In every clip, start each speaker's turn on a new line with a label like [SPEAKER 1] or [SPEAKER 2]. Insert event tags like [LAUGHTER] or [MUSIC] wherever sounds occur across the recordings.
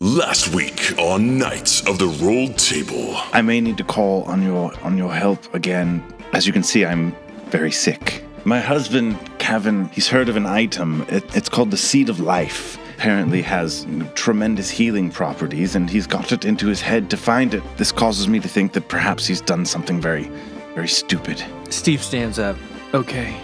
[SPEAKER 1] Last week on Knights of the Rolled Table.
[SPEAKER 2] I may need to call on your on your help again. As you can see, I'm very sick. My husband, Kevin, he's heard of an item. It, it's called the Seed of Life. Apparently has tremendous healing properties, and he's got it into his head to find it. This causes me to think that perhaps he's done something very, very stupid.
[SPEAKER 3] Steve stands up. Okay,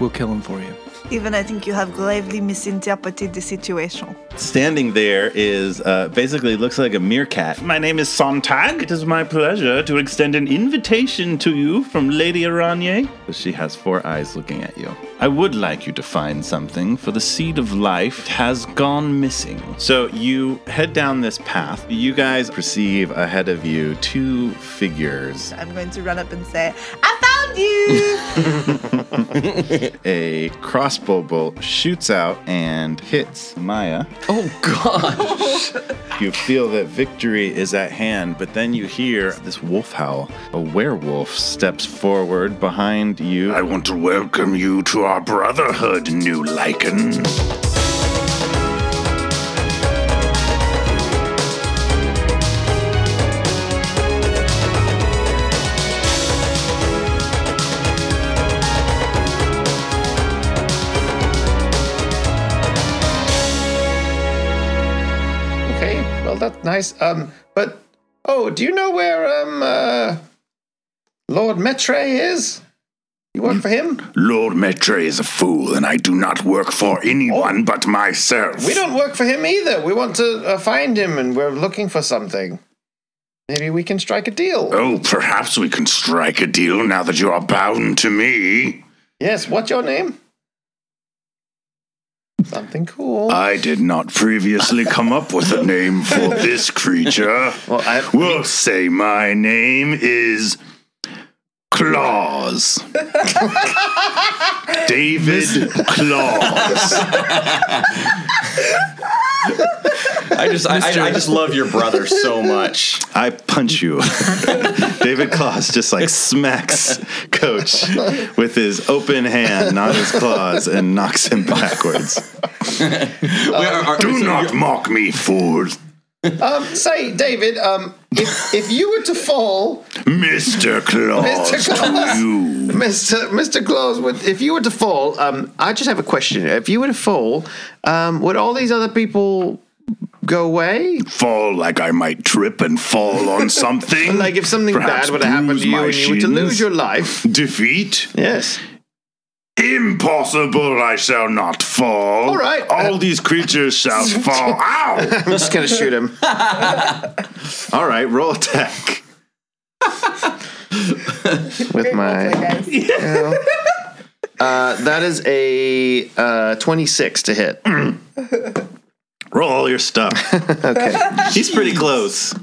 [SPEAKER 3] we'll kill him for you.
[SPEAKER 4] Even I think you have gravely misinterpreted the situation.
[SPEAKER 2] Standing there is uh, basically looks like a meerkat. My name is Sontag. It is my pleasure to extend an invitation to you from Lady Aranye. She has four eyes looking at you. I would like you to find something, for the seed of life has gone missing. So you head down this path. You guys perceive ahead of you two figures
[SPEAKER 4] I'm going to run up and say, I found you!
[SPEAKER 2] a crossbow bolt shoots out and hits Maya. Oh, gosh. [LAUGHS] you feel that victory is at hand, but then you hear this wolf howl. A werewolf steps forward behind you. I want to welcome you to our brotherhood, new Lycan.
[SPEAKER 5] Okay, well that's nice. Um, but oh, do you know where um uh, Lord Metre is? You work for him?
[SPEAKER 6] Mm. Lord Maitre is a fool, and I do not work for anyone but myself.
[SPEAKER 5] Oh. We don't work for him either. We want to uh, find him, and we're looking for something. Maybe we can strike a deal.
[SPEAKER 6] Oh, perhaps we can strike a deal now that you are bound to me.
[SPEAKER 5] Yes. What's your name? Something cool.
[SPEAKER 6] I did not previously come up with a name
[SPEAKER 2] [LAUGHS]
[SPEAKER 6] for this creature.
[SPEAKER 5] well, I,
[SPEAKER 6] We'll say my name is
[SPEAKER 2] [LAUGHS]
[SPEAKER 6] Claus. David Claus.
[SPEAKER 7] I just, I, I, I just love your brother so much.
[SPEAKER 2] [LAUGHS] I
[SPEAKER 6] [LAUGHS]
[SPEAKER 2] punch you. David Claus just like smacks Coach with his open hand, not his claws, and knocks
[SPEAKER 6] [LAUGHS]
[SPEAKER 2] him backwards.
[SPEAKER 7] Wait, are- are-
[SPEAKER 6] Do
[SPEAKER 7] so
[SPEAKER 6] not
[SPEAKER 7] you're-
[SPEAKER 6] mock me, fool.
[SPEAKER 5] um, say, David. Um, if if you were to fall,
[SPEAKER 6] Mr. Claus,
[SPEAKER 5] Mr. Claus.
[SPEAKER 6] to you.
[SPEAKER 5] Mister Mister Claus, would if you were to fall, um, I just have a question. If you were to fall, um, would all these other people go away?
[SPEAKER 6] Fall like I might trip and fall
[SPEAKER 2] [LAUGHS]
[SPEAKER 6] on something.
[SPEAKER 5] Like if something
[SPEAKER 6] Perhaps
[SPEAKER 5] bad were to happen
[SPEAKER 6] bruise
[SPEAKER 5] to you
[SPEAKER 6] my
[SPEAKER 5] and you were to
[SPEAKER 6] shins.
[SPEAKER 5] lose your life.
[SPEAKER 6] defeat.
[SPEAKER 5] Yes.
[SPEAKER 6] Impossible, I shall not fall.
[SPEAKER 5] All right.
[SPEAKER 6] All these creatures
[SPEAKER 2] [LAUGHS]
[SPEAKER 6] shall fall. Ow!
[SPEAKER 5] I'm just gonna shoot him.
[SPEAKER 2] All right, roll attack.
[SPEAKER 5] with my.
[SPEAKER 4] Hopefully, guys.
[SPEAKER 5] Uh, that is a uh, 26 to [CLEARS THROAT] hit.
[SPEAKER 2] Roll all your [LAUGHS] stuff.
[SPEAKER 5] Okay.
[SPEAKER 2] He's pretty close.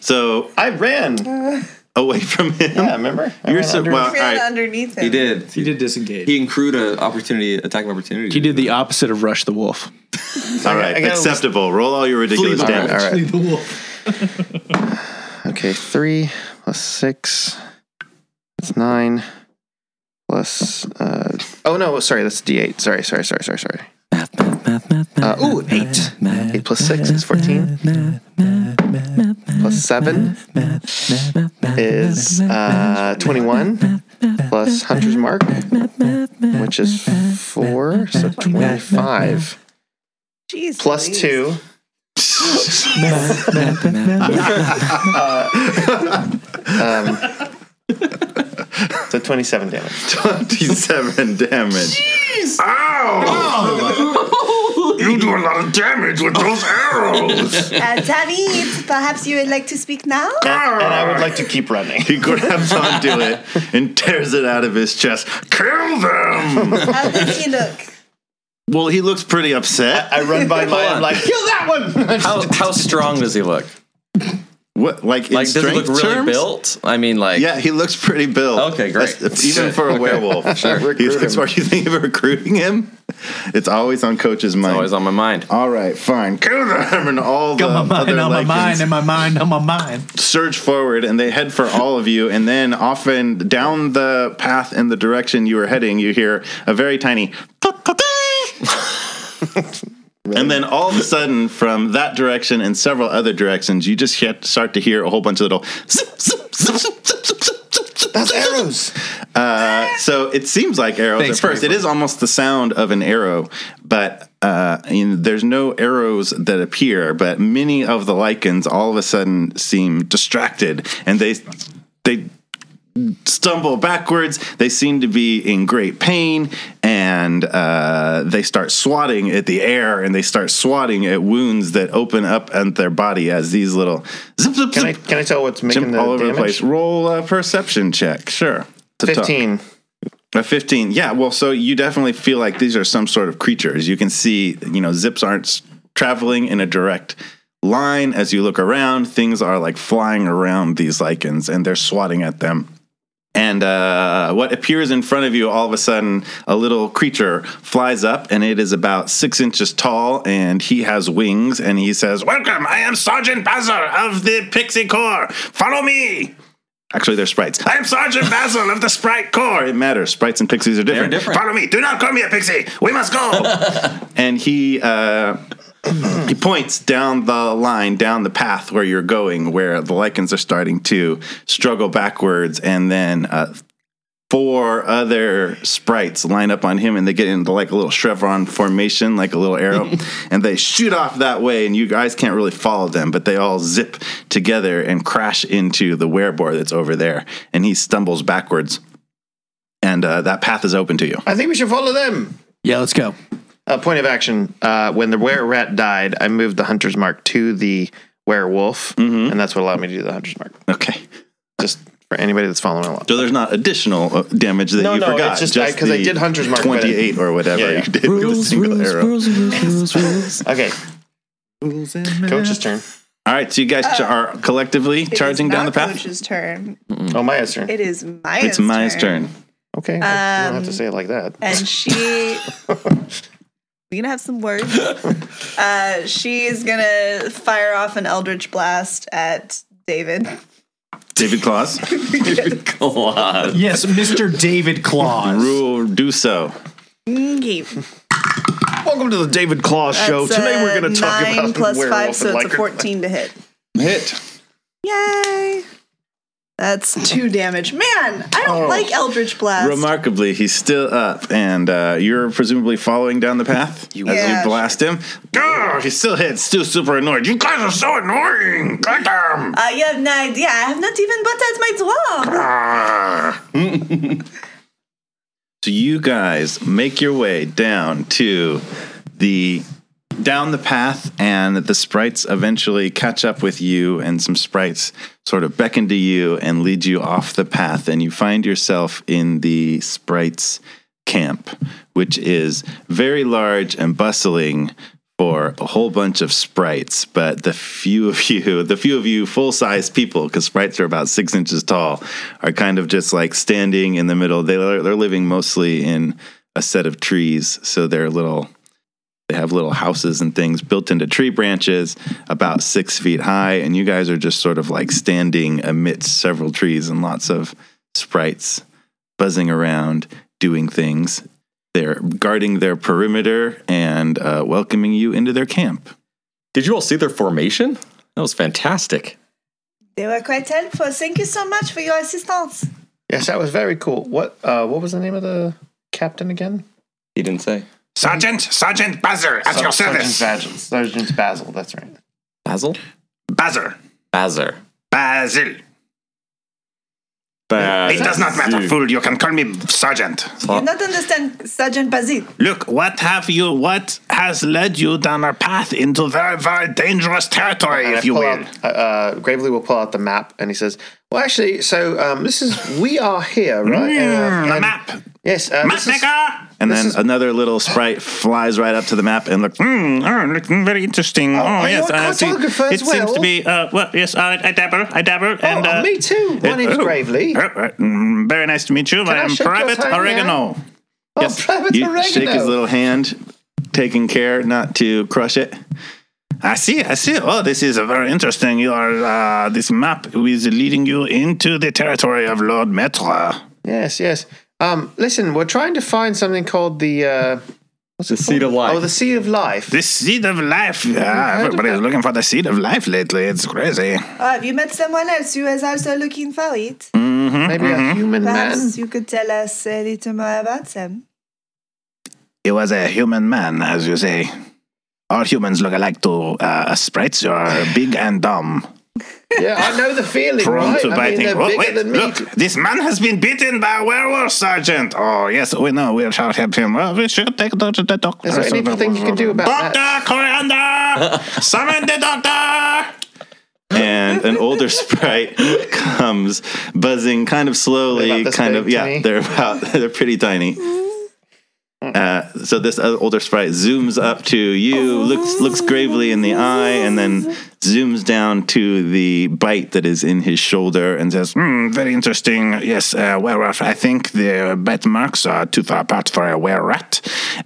[SPEAKER 2] So
[SPEAKER 5] I ran. Yeah,
[SPEAKER 2] away from him.
[SPEAKER 5] remember? I
[SPEAKER 2] You're
[SPEAKER 5] ran
[SPEAKER 2] so
[SPEAKER 5] under-
[SPEAKER 2] well. All
[SPEAKER 4] Ran
[SPEAKER 2] right.
[SPEAKER 4] underneath him.
[SPEAKER 7] He did.
[SPEAKER 3] He did disengage.
[SPEAKER 7] He accrued an opportunity, attack of opportunity.
[SPEAKER 3] He did the opposite of Rush the Wolf.
[SPEAKER 2] All right.
[SPEAKER 5] I gotta
[SPEAKER 2] Acceptable. Roll all your ridiculous
[SPEAKER 7] All right,
[SPEAKER 2] damage.
[SPEAKER 5] All right.
[SPEAKER 3] the wolf.
[SPEAKER 5] [LAUGHS] Okay, 3 plus 6. That's 9. Plus. Uh, oh, no, sorry, that's D8. Sorry, sorry, sorry, sorry, sorry. Uh, ooh, 8. 8 plus 6 is 14. Plus 7 is uh, 21. Plus Hunter's Mark, which is 4, so 25.
[SPEAKER 4] Jeez,
[SPEAKER 5] Plus
[SPEAKER 4] Louise.
[SPEAKER 5] 2. Um, so
[SPEAKER 2] [LAUGHS]
[SPEAKER 5] 27 damage.
[SPEAKER 2] 27 damage.
[SPEAKER 6] Ow! you do a lot of damage with those arrows.
[SPEAKER 4] Uh, David, perhaps you would like to speak now? Uh,
[SPEAKER 5] And I would like to keep running.
[SPEAKER 2] He grabs onto it and tears it out of his chest.
[SPEAKER 6] Kill them!
[SPEAKER 4] How does he uh, look?
[SPEAKER 2] Well, he looks pretty upset.
[SPEAKER 5] I run by my,
[SPEAKER 7] on.
[SPEAKER 5] I'm like, kill that one!
[SPEAKER 7] How, how strong does he look?
[SPEAKER 2] What, like, in
[SPEAKER 7] Like, does he
[SPEAKER 2] strength
[SPEAKER 7] look really
[SPEAKER 2] terms?
[SPEAKER 7] built? I mean, like,
[SPEAKER 2] Yeah, he looks pretty built.
[SPEAKER 7] Okay, great.
[SPEAKER 2] That's- even
[SPEAKER 7] Shit.
[SPEAKER 2] for a werewolf.
[SPEAKER 7] Sure.
[SPEAKER 2] He looks, are you thinking of recruiting him? It's always on coach's mind.
[SPEAKER 7] always on my mind.
[SPEAKER 2] All right, fine. Kill them and all the other Lycans
[SPEAKER 3] my mind, on my mind.
[SPEAKER 2] surge forward and they head for all of you. And then often down the path in the direction you are heading, you hear a very tiny [LAUGHS] And then all of a sudden, from that direction and several other directions, you just get, start to hear a whole bunch of little. zip, zip, zip, zip, zip, zip, zip, zip,
[SPEAKER 8] That's
[SPEAKER 2] zip, zip.
[SPEAKER 8] arrows.
[SPEAKER 2] Uh, so it seems like arrows
[SPEAKER 8] Thanks,
[SPEAKER 2] at first. It
[SPEAKER 8] Michael.
[SPEAKER 2] is almost the sound of an arrow, but uh, in, there's no arrows that appear. But many of the lichens all of a sudden seem distracted, and they they stumble backwards. They seem to be in great pain, and uh, they start swatting at the air, and they start swatting at wounds that open up at their body as these little zip zip
[SPEAKER 8] Can I
[SPEAKER 2] zip
[SPEAKER 8] can I tell what's making
[SPEAKER 2] jump
[SPEAKER 8] the
[SPEAKER 2] all over the
[SPEAKER 8] damage?
[SPEAKER 2] place. Roll a perception check, sure. It's a tough-
[SPEAKER 8] Fifteen.
[SPEAKER 2] a 15. Yeah. Well, so you definitely feel like these are some sort of creatures. You can see, you know, zips aren't s- traveling in a direct line. As you look around, things are like flying around these lichens and they're swatting at them. And uh, what appears in front of you all of a sudden, a little creature flies up, and it is about six inches tall, and he has wings, and he says, Welcome, I am Sergeant Basil of the Pixie Corps. Follow me. Actually, they're sprites. I am Sergeant Basil of the Sprite Corps. It matters. Sprites and pixies are different.
[SPEAKER 7] different.
[SPEAKER 2] Follow me. Do not call me a pixie. We must go. [LAUGHS] and he uh, [CLEARS THROAT] he points down the line, down the path where you're going, where the lichens are starting to struggle backwards, and then uh, four other sprites line up on him, and they get into like a little chevron formation, like a
[SPEAKER 8] [LAUGHS]
[SPEAKER 2] little arrow, and they shoot off that way, and you guys can't really follow them, but they all zip together and crash into the werebore that's over there, and he stumbles backwards, and uh, that path is open to you.
[SPEAKER 8] I think we should follow them.
[SPEAKER 3] Yeah, let's go.
[SPEAKER 8] Uh, point of action: uh, When the were rat died, I moved the hunter's mark to the werewolf, and that's what allowed me to do the hunter's mark.
[SPEAKER 2] Okay.
[SPEAKER 8] Just for anybody that's following along.
[SPEAKER 2] So there's not additional uh, damage that
[SPEAKER 8] No,
[SPEAKER 2] you
[SPEAKER 8] no,
[SPEAKER 2] forgot.
[SPEAKER 8] it's just- I- 'cause I
[SPEAKER 2] the
[SPEAKER 8] did Hunter's Mark, but I-
[SPEAKER 2] 28 or whatever
[SPEAKER 8] Yeah, yeah.
[SPEAKER 2] you did with a single arrow.
[SPEAKER 3] [LAUGHS] rules, rules, rules.
[SPEAKER 8] Okay, coach's turn.
[SPEAKER 2] All right, so you guys
[SPEAKER 8] Uh,
[SPEAKER 2] ch- are collectively
[SPEAKER 4] It
[SPEAKER 2] charging
[SPEAKER 4] is
[SPEAKER 2] down the
[SPEAKER 4] not
[SPEAKER 2] path.
[SPEAKER 4] Coach's turn.
[SPEAKER 8] Oh, Maya's turn.
[SPEAKER 4] It is Maya's.
[SPEAKER 2] it's Maya's turn.
[SPEAKER 8] Okay, I- you don't have to say it like that.
[SPEAKER 4] and she we're gonna have some words uh, she's gonna fire off an eldritch blast at david
[SPEAKER 2] David Claus,
[SPEAKER 7] God.
[SPEAKER 9] Yes, Mr. David Claus.
[SPEAKER 2] rule do so.
[SPEAKER 4] Show.
[SPEAKER 8] Welcome to the David Claus show. Today we're going to talk
[SPEAKER 4] nine
[SPEAKER 8] about
[SPEAKER 4] plus
[SPEAKER 8] werewolf
[SPEAKER 4] five so
[SPEAKER 8] and
[SPEAKER 4] it's a
[SPEAKER 8] lycra.
[SPEAKER 4] 14 to hit
[SPEAKER 7] Hit.
[SPEAKER 4] yay that's [LAUGHS] two damage man i don't like eldritch blast
[SPEAKER 2] Remarkably, he's still up, and uh, you're presumably following down the path you as
[SPEAKER 4] Yeah.
[SPEAKER 2] you blast him.
[SPEAKER 10] Gah,
[SPEAKER 2] He's still hit, still super annoyed. You guys are so annoying.
[SPEAKER 10] goddamn.
[SPEAKER 4] uh, you have no idea. I have not even buttered my dwarf.
[SPEAKER 10] Ah.
[SPEAKER 2] So you guys make your way down to the down the path and the sprites eventually catch up with you and some sprites sort of beckon to you and lead you off the path and you find yourself in the sprites camp which is very large and bustling for a whole bunch of sprites but the few of [LAUGHS] you the few of you full-size people because sprites are about six inches tall are kind of just like standing in the middle they, they're living mostly in a set of trees so they're little they have little houses and things built into tree branches about six feet high. And you guys are just sort of like standing amidst several trees and lots of sprites buzzing around, doing things. They're guarding their perimeter and uh, welcoming you into their camp.
[SPEAKER 7] Did you all see their formation? That was fantastic.
[SPEAKER 4] They were quite helpful. Thank you so much for your assistance.
[SPEAKER 8] Yes, that was very cool. What uh, what was the name of the captain again?
[SPEAKER 7] He didn't say.
[SPEAKER 10] Sergeant, Sergeant Buzzer, at your service.
[SPEAKER 8] Sergeant Basil. Sergeant Basil, that's right.
[SPEAKER 7] Basil?
[SPEAKER 10] Buzzer,
[SPEAKER 7] Bazar.
[SPEAKER 10] Basil. It does not matter, fool. You can call me Sergeant.
[SPEAKER 4] You not understand, Sergeant Bazit.
[SPEAKER 10] Look, what have you? What has led you down a path into very, very dangerous territory,
[SPEAKER 8] And I
[SPEAKER 10] if you
[SPEAKER 8] pull
[SPEAKER 10] will?
[SPEAKER 8] out- uh, uh, Gravely will pull out the map and he says, Well, actually, so um, this is, we are here, right?
[SPEAKER 10] Mm,
[SPEAKER 8] Uh,
[SPEAKER 10] the
[SPEAKER 8] and-
[SPEAKER 10] map,
[SPEAKER 8] Yes. Uh,
[SPEAKER 10] map
[SPEAKER 8] this is-
[SPEAKER 10] maker.
[SPEAKER 2] And
[SPEAKER 8] This
[SPEAKER 2] then
[SPEAKER 8] is-
[SPEAKER 2] another little sprite flies right up to the map and looks.
[SPEAKER 10] Hmm. oh, look, mm, very interesting. Oh,
[SPEAKER 8] are you
[SPEAKER 10] yes,
[SPEAKER 8] a
[SPEAKER 10] I see.
[SPEAKER 8] cartographer
[SPEAKER 10] It
[SPEAKER 8] as
[SPEAKER 10] seems to
[SPEAKER 8] well?
[SPEAKER 10] be. Uh, well, yes, I, I dabble. I dabble.
[SPEAKER 8] oh,
[SPEAKER 10] and uh,
[SPEAKER 8] me too. My
[SPEAKER 10] it-
[SPEAKER 8] name's
[SPEAKER 10] oh,
[SPEAKER 8] Gravely.
[SPEAKER 10] oh, uh, mm, very nice to meet you. I
[SPEAKER 8] I
[SPEAKER 10] am
[SPEAKER 8] shake your
[SPEAKER 10] Private
[SPEAKER 8] hand?
[SPEAKER 10] Oregano.
[SPEAKER 8] Oh, Private
[SPEAKER 2] You
[SPEAKER 8] Oregano.
[SPEAKER 2] shake his little hand, taking care not to crush it.
[SPEAKER 10] I see. I see. Oh, this is uh, very interesting. You are uh, this map is leading you into the territory of Lord Metra.
[SPEAKER 8] Yes, yes. Um, listen, we're trying to find something called the uh,
[SPEAKER 7] The seed of life.
[SPEAKER 5] Oh, the Sea of Life.
[SPEAKER 10] The seed of life. Yeah, everybody's looking for the seed of life lately. It's crazy.
[SPEAKER 4] Oh, have you met someone else who is also looking for it?
[SPEAKER 5] Maybe
[SPEAKER 10] Mm-hmm.
[SPEAKER 5] a human man.
[SPEAKER 4] Perhaps you could tell us a little more about them.
[SPEAKER 10] He was a human man, as you say. All humans look alike to uh, sprites. You're big and dumb.
[SPEAKER 5] Yeah, I know the feeling,
[SPEAKER 10] Prone
[SPEAKER 5] right?
[SPEAKER 10] to
[SPEAKER 5] I mean,
[SPEAKER 10] biting.
[SPEAKER 5] they're
[SPEAKER 10] Oh,
[SPEAKER 5] bigger
[SPEAKER 10] wait,
[SPEAKER 5] than me.
[SPEAKER 10] look, this man has been bitten by a werewolf, Sergeant. Oh, yes, we know. We shall help him. Well, we should take the, the doctor.
[SPEAKER 5] Is there anything you can do about
[SPEAKER 10] Doctor
[SPEAKER 5] that?
[SPEAKER 10] Ah, Coriander! Summon the doctor!
[SPEAKER 2] and an
[SPEAKER 5] [LAUGHS]
[SPEAKER 2] older sprite comes buzzing kind of
[SPEAKER 5] They're
[SPEAKER 2] slowly
[SPEAKER 5] about this
[SPEAKER 2] kind
[SPEAKER 5] big
[SPEAKER 2] of
[SPEAKER 5] Mm. to
[SPEAKER 2] yeah
[SPEAKER 5] me.
[SPEAKER 2] they're about [LAUGHS] they're pretty tiny uh, so this other older sprite zooms up to you looks looks gravely in
[SPEAKER 5] Oh,
[SPEAKER 2] the eye and then zooms down to the bite that is in his shoulder and says
[SPEAKER 10] Hmm, very interesting. Yes, uh, werewolf. I think the bite marks are too far apart for a were rat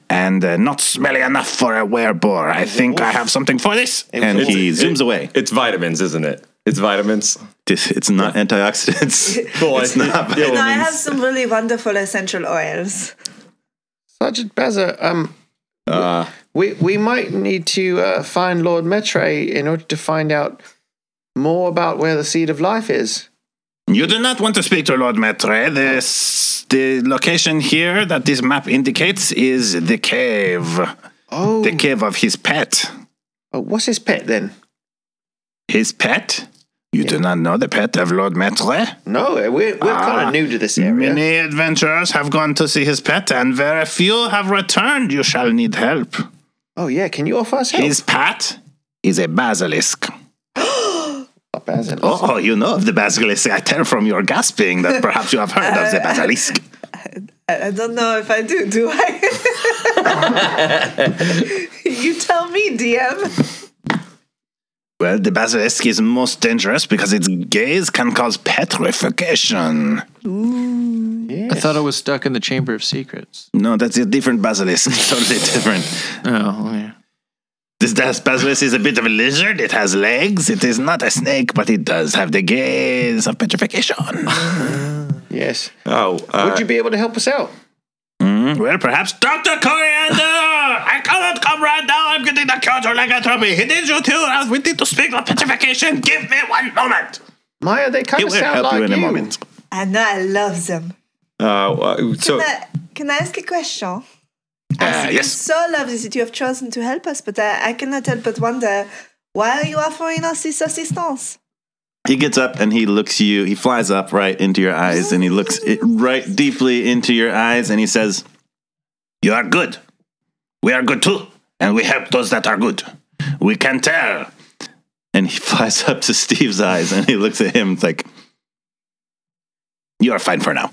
[SPEAKER 10] and uh, not smelly enough for a were boar. I think I have something for this.
[SPEAKER 2] and he zooms away
[SPEAKER 7] It's vitamins, isn't it? It's vitamins.
[SPEAKER 2] This- it's not antioxidants
[SPEAKER 7] [LAUGHS] Boy,
[SPEAKER 2] it's not
[SPEAKER 7] yeah.
[SPEAKER 4] No, I have some really wonderful essential oils.
[SPEAKER 5] Sergeant Bazza, um,
[SPEAKER 7] Uh,
[SPEAKER 5] we we might need to uh, find Lord Metre in order to find out more about where the seed of life is.
[SPEAKER 10] You do not want to speak to Lord Maitre. This, the location here that this map indicates is the cave.
[SPEAKER 5] Oh,
[SPEAKER 10] The cave of his pet.
[SPEAKER 5] uh, what's his pet then?
[SPEAKER 10] His pet? You do not know the pet of Lord Maitre?
[SPEAKER 5] No, we're we're kind
[SPEAKER 10] Ah,
[SPEAKER 5] of new to this area.
[SPEAKER 10] Many adventurers have gone to see his pet, and very few have returned. You shall need help.
[SPEAKER 5] oh yeah, can you offer us help?
[SPEAKER 10] His pet is a basilisk.
[SPEAKER 5] Oh, Bazza,
[SPEAKER 10] Oh, oh, you know of the basilisk. I tell from your gasping that perhaps you have heard of
[SPEAKER 5] [LAUGHS]
[SPEAKER 10] the basilisk.
[SPEAKER 4] I, I don't know if I do, do I? [LAUGHS] you tell me, DM.
[SPEAKER 10] Well, the basilisk is most dangerous because its gaze can cause petrification.
[SPEAKER 5] yes.
[SPEAKER 3] I thought I was stuck in the Chamber of Secrets.
[SPEAKER 10] No, that's a different basilisk. [LAUGHS] totally different.
[SPEAKER 3] Oh, yeah.
[SPEAKER 10] This das- basilisk is a bit of a lizard. It has legs. It is not a snake, but it does have the gaze of petrification.
[SPEAKER 3] Mm-hmm.
[SPEAKER 5] yes.
[SPEAKER 7] oh, uh,
[SPEAKER 5] Would you be able to help us out?
[SPEAKER 10] Well, perhaps Dr.
[SPEAKER 3] [LAUGHS]
[SPEAKER 10] Coriander! I cannot come right now. I'm getting the counter like I told me. He did you too. I was waiting to speak of petrification. Give me one moment.
[SPEAKER 5] Maya, they kind
[SPEAKER 10] It
[SPEAKER 5] of
[SPEAKER 10] will
[SPEAKER 5] sound
[SPEAKER 10] help
[SPEAKER 5] like
[SPEAKER 10] you in a moment.
[SPEAKER 4] I know I love them.
[SPEAKER 7] uh, uh, so
[SPEAKER 4] Can I, can I ask a question?
[SPEAKER 10] Uh, yes.
[SPEAKER 4] So lovely that you have chosen to help us, but I, I cannot help but wonder why are you offering us this assistance?
[SPEAKER 2] He gets up and he looks you. He flies up right into your eyes and he looks it right deeply into your eyes and he says,
[SPEAKER 10] You are good. We are good too. And we help those that are good. We can tell.
[SPEAKER 2] and
[SPEAKER 10] [LAUGHS]
[SPEAKER 2] he flies up to Steve's eyes and he looks at him. It's like,
[SPEAKER 10] You are fine for now.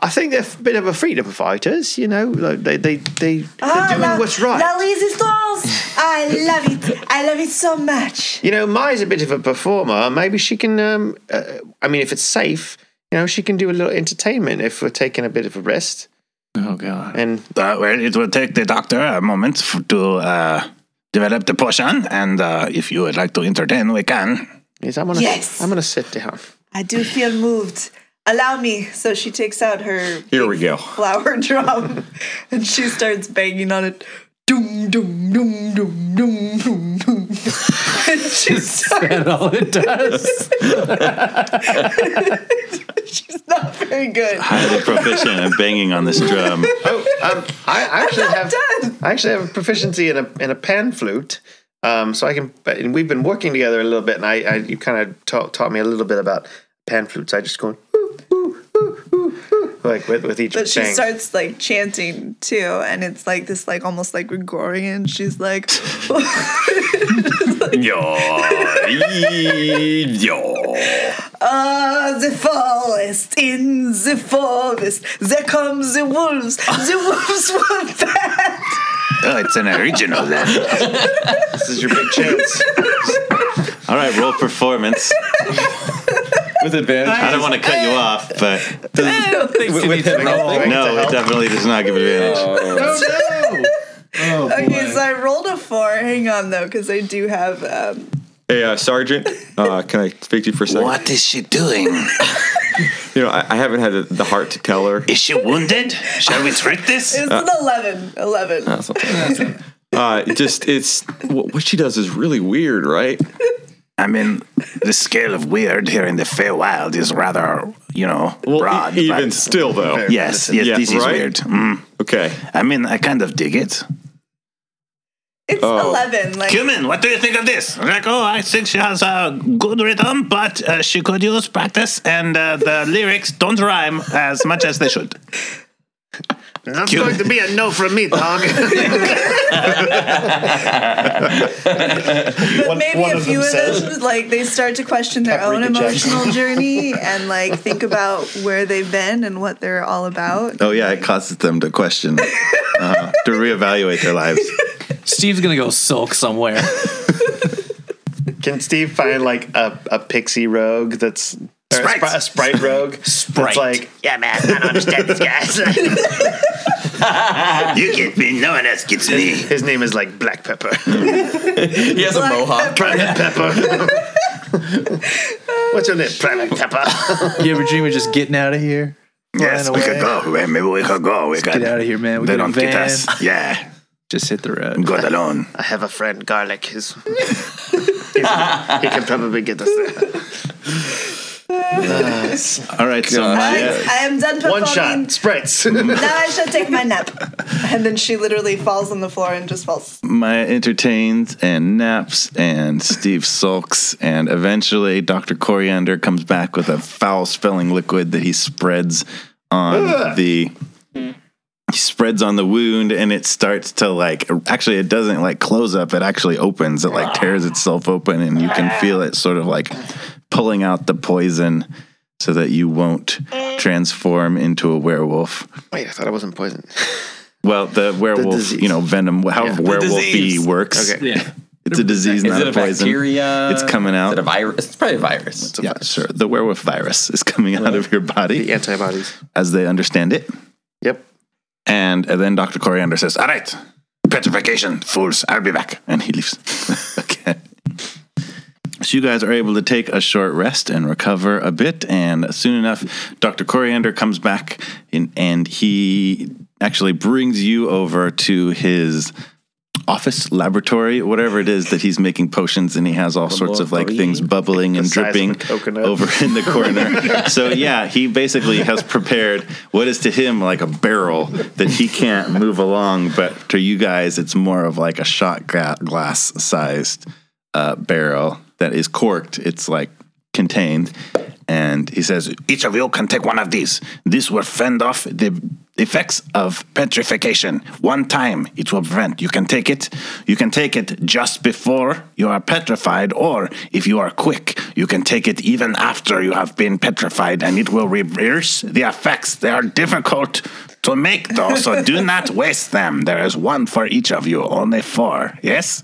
[SPEAKER 5] I think they're a bit of a freedom fighters, you know. Like they they they they're doing
[SPEAKER 4] Ah, la-
[SPEAKER 5] what's right.
[SPEAKER 4] La resistance! I love it. I love it so much.
[SPEAKER 5] You know, Maya's a bit of a performer. Maybe she can. Um, uh, I mean, if it's safe, you know, she can do a little entertainment if we're taking a bit of a rest.
[SPEAKER 3] Oh, God.
[SPEAKER 5] And
[SPEAKER 10] Uh, well, it will take the doctor a moment f- to uh, develop the potion. And uh, if you would like to entertain, we can.
[SPEAKER 5] is I'm gonna
[SPEAKER 4] Yes.
[SPEAKER 5] I'm gonna sit down.
[SPEAKER 4] I do feel moved. Allow me. So she takes out her
[SPEAKER 7] here we go.
[SPEAKER 4] flower [LAUGHS] drum and she starts banging on it. Doom, doom, doom, doom, doom, doom, doom. [LAUGHS] And she starts,
[SPEAKER 11] That's all it does.
[SPEAKER 4] [LAUGHS] she's not very good.
[SPEAKER 2] highly proficient at banging on this
[SPEAKER 5] [LAUGHS]
[SPEAKER 2] drum.
[SPEAKER 5] Oh, um, I I actually
[SPEAKER 4] [LAUGHS] I'm
[SPEAKER 5] have
[SPEAKER 4] done.
[SPEAKER 5] I actually have a proficiency in a in a pan flute. Um, so I can. but- And we've been working together a little bit, and I, I you kind of taught taught me a little bit about pan flutes. I just go. "Ooh, ooh, ooh, ooh, ooh," Like with, with each
[SPEAKER 4] But she
[SPEAKER 5] thing.
[SPEAKER 4] starts like chanting too, and it's like this, like almost like Gregorian. She's like,
[SPEAKER 5] [LAUGHS]
[SPEAKER 7] Yo, yo.
[SPEAKER 4] "Ah, the forest, in the forest, there come the wolves. The wolves were [LAUGHS] bad."
[SPEAKER 10] Oh, it's an original then.
[SPEAKER 5] this is your big
[SPEAKER 7] [LAUGHS]
[SPEAKER 5] chance.
[SPEAKER 2] All right, roll performance.
[SPEAKER 7] With advantage.
[SPEAKER 2] I don't want to cut you off,
[SPEAKER 5] [LAUGHS]
[SPEAKER 2] but
[SPEAKER 7] With, with advantage.
[SPEAKER 2] no, it definitely does not give advantage.
[SPEAKER 4] okay, so I rolled a four. Hang on though, because I do have. Um,
[SPEAKER 7] Hey, uh, Sergeant, uh, can I speak to you for a second?
[SPEAKER 10] What is she doing?
[SPEAKER 7] You know, I, I haven't had the, the heart to tell her.
[SPEAKER 10] Is she wounded? Shall we treat this?
[SPEAKER 4] It's an 11. 11.
[SPEAKER 7] Uh, That's not bad. Uh, it just it's what, what she does is really weird, right?
[SPEAKER 10] I mean, the scale of weird here in the Feywild is rather, you know,
[SPEAKER 7] Well,
[SPEAKER 10] broad.
[SPEAKER 7] e- even
[SPEAKER 10] but-
[SPEAKER 7] still, though.
[SPEAKER 10] yes, yes,
[SPEAKER 7] Yeah,
[SPEAKER 10] this is
[SPEAKER 7] right?
[SPEAKER 10] weird. Mm.
[SPEAKER 7] Okay.
[SPEAKER 10] I mean, I kind of dig it.
[SPEAKER 4] It's
[SPEAKER 7] Oh.
[SPEAKER 4] 11. Like,
[SPEAKER 10] Cumin, what do you think of this? Like, oh, I think she has a good rhythm, but uh, she could use practice, and uh, the [LAUGHS] lyrics don't rhyme as much as they should.
[SPEAKER 5] That's going to be a no from me, dog.
[SPEAKER 4] but maybe
[SPEAKER 5] one
[SPEAKER 4] a
[SPEAKER 5] of
[SPEAKER 4] few
[SPEAKER 5] them
[SPEAKER 4] of
[SPEAKER 5] says-
[SPEAKER 4] those, [LAUGHS] like, they start to question their own
[SPEAKER 5] Paprika Jackson. [LAUGHS]
[SPEAKER 4] emotional journey and, like, think about where they've been and what they're all about.
[SPEAKER 2] Oh yeah, it causes them to question, uh, to reevaluate their lives.
[SPEAKER 3] [LAUGHS] Steve's gonna go sulk somewhere.
[SPEAKER 5] Can Steve find like a, a pixie rogue that's or a,
[SPEAKER 10] Sprite.
[SPEAKER 5] spri- a sprite
[SPEAKER 8] [LAUGHS]
[SPEAKER 5] rogue?
[SPEAKER 9] Sprite.
[SPEAKER 5] That's like
[SPEAKER 10] Yeah, man, I don't understand these
[SPEAKER 8] [LAUGHS]
[SPEAKER 10] guys. you get me, no one else gets me.
[SPEAKER 5] [LAUGHS] his name is like
[SPEAKER 8] [LAUGHS]
[SPEAKER 5] Black Pepper.
[SPEAKER 7] He has a
[SPEAKER 4] Black
[SPEAKER 7] mohawk.
[SPEAKER 5] Private Pepper. [LAUGHS] What's your name? Private Pepper.
[SPEAKER 10] [LAUGHS]
[SPEAKER 3] you ever dream of just getting out of here?
[SPEAKER 10] Yes,
[SPEAKER 3] Flying
[SPEAKER 10] we could
[SPEAKER 3] away.
[SPEAKER 10] go. man. Maybe we could go. We could.
[SPEAKER 3] Get out of here, man. We
[SPEAKER 10] They
[SPEAKER 3] get a
[SPEAKER 10] don't get
[SPEAKER 3] van.
[SPEAKER 10] us. Yeah,
[SPEAKER 3] Just hit the road.
[SPEAKER 10] go alone.
[SPEAKER 5] I have a friend,
[SPEAKER 8] [LAUGHS]
[SPEAKER 5] Garlic. He's, he's- he can probably get us there.
[SPEAKER 2] All right, so
[SPEAKER 4] I,
[SPEAKER 2] my,
[SPEAKER 4] I am done
[SPEAKER 5] One
[SPEAKER 4] performing.
[SPEAKER 5] shot,
[SPEAKER 8] [LAUGHS]
[SPEAKER 5] sprites.
[SPEAKER 4] [LAUGHS] Now I shall take my
[SPEAKER 5] [LAUGHS]
[SPEAKER 4] nap. And then she literally falls on the floor and just falls.
[SPEAKER 2] Maya entertains and naps, and Steve sulks, and eventually Dr. Coriander comes back with a foul smelling liquid that he spreads on the he spreads on the wound and it starts to like actually it doesn't like close up it actually opens it like tears itself open and you can feel it sort of like pulling out the poison so that you won't transform into a werewolf
[SPEAKER 8] Wait, I thought it wasn't poison.
[SPEAKER 2] well the werewolf
[SPEAKER 8] disease.
[SPEAKER 2] you know venom however werewolfy
[SPEAKER 7] disease.
[SPEAKER 2] works
[SPEAKER 8] Okay.
[SPEAKER 3] Yeah.
[SPEAKER 2] it's a disease,
[SPEAKER 7] Is
[SPEAKER 2] not
[SPEAKER 7] it
[SPEAKER 2] a
[SPEAKER 7] a
[SPEAKER 2] poison.
[SPEAKER 7] bacteria?
[SPEAKER 2] It's coming out.
[SPEAKER 7] Is it a virus? It's probably a virus.
[SPEAKER 2] yeah, sure. The werewolf virus is coming out of your body,
[SPEAKER 8] Antibodies.
[SPEAKER 2] as they understand it.
[SPEAKER 8] Yep.
[SPEAKER 2] And,
[SPEAKER 10] uh,
[SPEAKER 2] and then Dr. Coriander says, All right,
[SPEAKER 10] Petrification, fools. I'll be back.
[SPEAKER 2] and he leaves. okay. So you guys are able to take a short rest and recover a bit, and soon enough, Doctor Coriander comes back, in, and he actually brings you over to his office laboratory, whatever it is that he's making potions, and he has all sorts of like things bubbling and
[SPEAKER 5] size of a
[SPEAKER 2] dripping
[SPEAKER 5] coconut.
[SPEAKER 2] over in the corner.
[SPEAKER 5] [LAUGHS]
[SPEAKER 2] so yeah, he basically has prepared what is to him like a barrel that he can't move along, but to you guys, it's more of like a shot gla- glass sized uh, barrel that is corked. It's like contained, and he says,
[SPEAKER 10] [LAUGHS] Each of you can take one of these. This will fend off the effects of petrification. One time it will prevent. You can take it. You can take it just before you are petrified, or if you are quick, you can take it even after you have been petrified, and it will reverse the effects. They are difficult to make, though, so do not waste them. There is one for each of you, only four. Yes?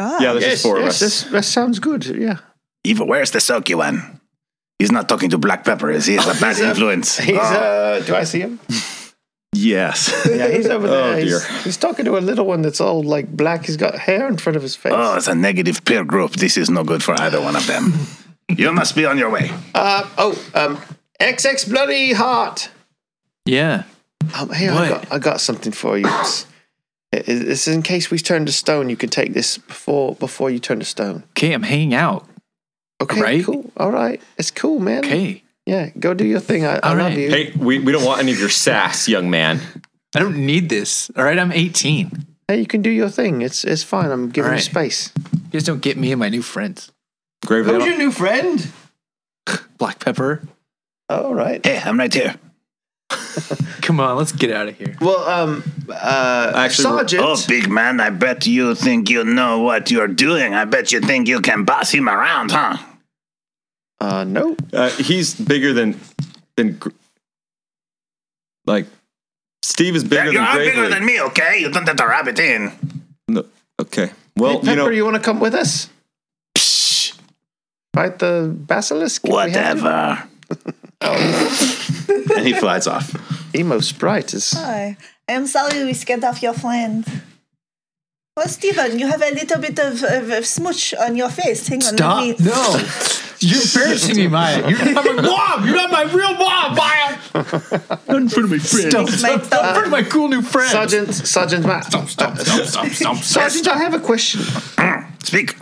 [SPEAKER 7] Yeah, there's just four
[SPEAKER 8] Yes,
[SPEAKER 7] of us.
[SPEAKER 8] this, that sounds good. Yeah.
[SPEAKER 10] Eva, where's the silky one? He's not talking to Black Pepper, is he? Oh, He's a bad influence.
[SPEAKER 8] Oh.
[SPEAKER 5] He's uh, do I see him? [LAUGHS]
[SPEAKER 2] "Yes."
[SPEAKER 5] Yeah, he's over there.
[SPEAKER 7] dear.
[SPEAKER 5] He's, he's talking to a little one that's all like black. He's got hair in front of his face.
[SPEAKER 10] Oh, it's a negative peer group. This is no good for either one of [LAUGHS] them. You must be on your way.
[SPEAKER 5] Uh, oh, um, XX bloody heart.
[SPEAKER 3] Yeah.
[SPEAKER 5] Um, here,
[SPEAKER 3] What?
[SPEAKER 5] I got, I got something for you. It's, it- it's in case we turn to stone. You can take this before before you turn to stone.
[SPEAKER 3] Okay, I'm hanging out.
[SPEAKER 5] Okay,
[SPEAKER 3] Right?
[SPEAKER 5] cool. All right, it's cool, man.
[SPEAKER 3] Okay.
[SPEAKER 5] Yeah, go do your thing. I, I
[SPEAKER 3] All
[SPEAKER 5] love
[SPEAKER 3] right.
[SPEAKER 5] you.
[SPEAKER 7] Hey, we, we don't want any of your sass, young man.
[SPEAKER 3] I don't need this. All right, I'm 18. You
[SPEAKER 5] Hey, you can do your thing. It's it's fine. I'm giving
[SPEAKER 3] All right.
[SPEAKER 5] you space.
[SPEAKER 3] guys don't get me and my new friends.
[SPEAKER 7] Gravely
[SPEAKER 5] Who's your new friend?
[SPEAKER 3] Black Pepper.
[SPEAKER 5] Oh, all right.
[SPEAKER 10] Hey, I'm right here.
[SPEAKER 3] Come on, let's get out of here.
[SPEAKER 5] Well, um, uh,
[SPEAKER 7] Actually, we're-
[SPEAKER 5] Sergeant.
[SPEAKER 10] Oh, big man, I bet you think you know what you're doing. I bet you think you can boss him around, huh?
[SPEAKER 5] Uh, no.
[SPEAKER 7] Uh, he's bigger than than Gr- like Steve is bigger
[SPEAKER 10] you
[SPEAKER 7] than
[SPEAKER 10] are
[SPEAKER 7] Gravely.
[SPEAKER 10] bigger than me, okay? You don't have to rub it in.
[SPEAKER 7] No, okay. Well,
[SPEAKER 5] Pepper, you,
[SPEAKER 7] you know,
[SPEAKER 5] want to come with us?
[SPEAKER 10] Psh,
[SPEAKER 5] Fight the basilisk. if we have to? [LAUGHS]
[SPEAKER 10] whatever.
[SPEAKER 2] Oh. and he flies off.
[SPEAKER 5] Emo Sprite is.
[SPEAKER 4] Hi. I am sorry we scared off your friend. Well, Stephen, you have a little bit of, of, of smooch on your face. Hang on.
[SPEAKER 9] Stop.
[SPEAKER 4] Let me...
[SPEAKER 9] No. You're embarrassing me, Maya. You're not my mom. You're not my real mom, Maya.
[SPEAKER 2] Not in front of my friends.
[SPEAKER 9] Stop.
[SPEAKER 4] my
[SPEAKER 9] Stop.
[SPEAKER 4] thumb.
[SPEAKER 9] Stop. You're my cool new friend.
[SPEAKER 5] Sergeant, Sergeant Matt. Stop,
[SPEAKER 10] Stop, stop, stop, [LAUGHS] stop, stop.
[SPEAKER 5] [LAUGHS] Sergeant, I have a question. Um,
[SPEAKER 10] Speak.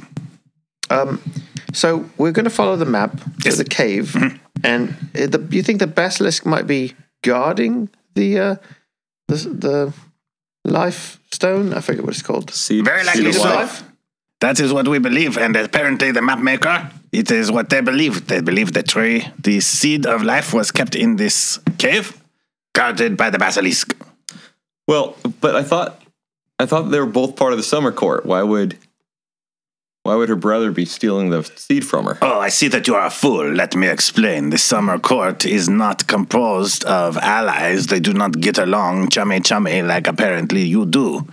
[SPEAKER 5] So we're going to follow the map to
[SPEAKER 10] Yes. Mm-hmm.
[SPEAKER 5] the cave, and uh, the, you think the basilisk might be guarding the uh, the the life stone? I forget what it's called.
[SPEAKER 7] Seed,
[SPEAKER 10] Very
[SPEAKER 7] seed
[SPEAKER 10] likely
[SPEAKER 7] of
[SPEAKER 5] Seed of
[SPEAKER 10] so.
[SPEAKER 5] life?
[SPEAKER 10] That is what we believe, and apparently the mapmaker, it is what they believe. They believe the tree, the seed of life, was kept in this cave, guarded by the basilisk.
[SPEAKER 7] Well, but I thought I thought they were both part of the summer court. Why would why would her brother be stealing the seed from her?
[SPEAKER 10] Oh, I see that you are a fool. Let me explain. The summer court is not composed of allies. They do not get along chummy chummy like apparently you do.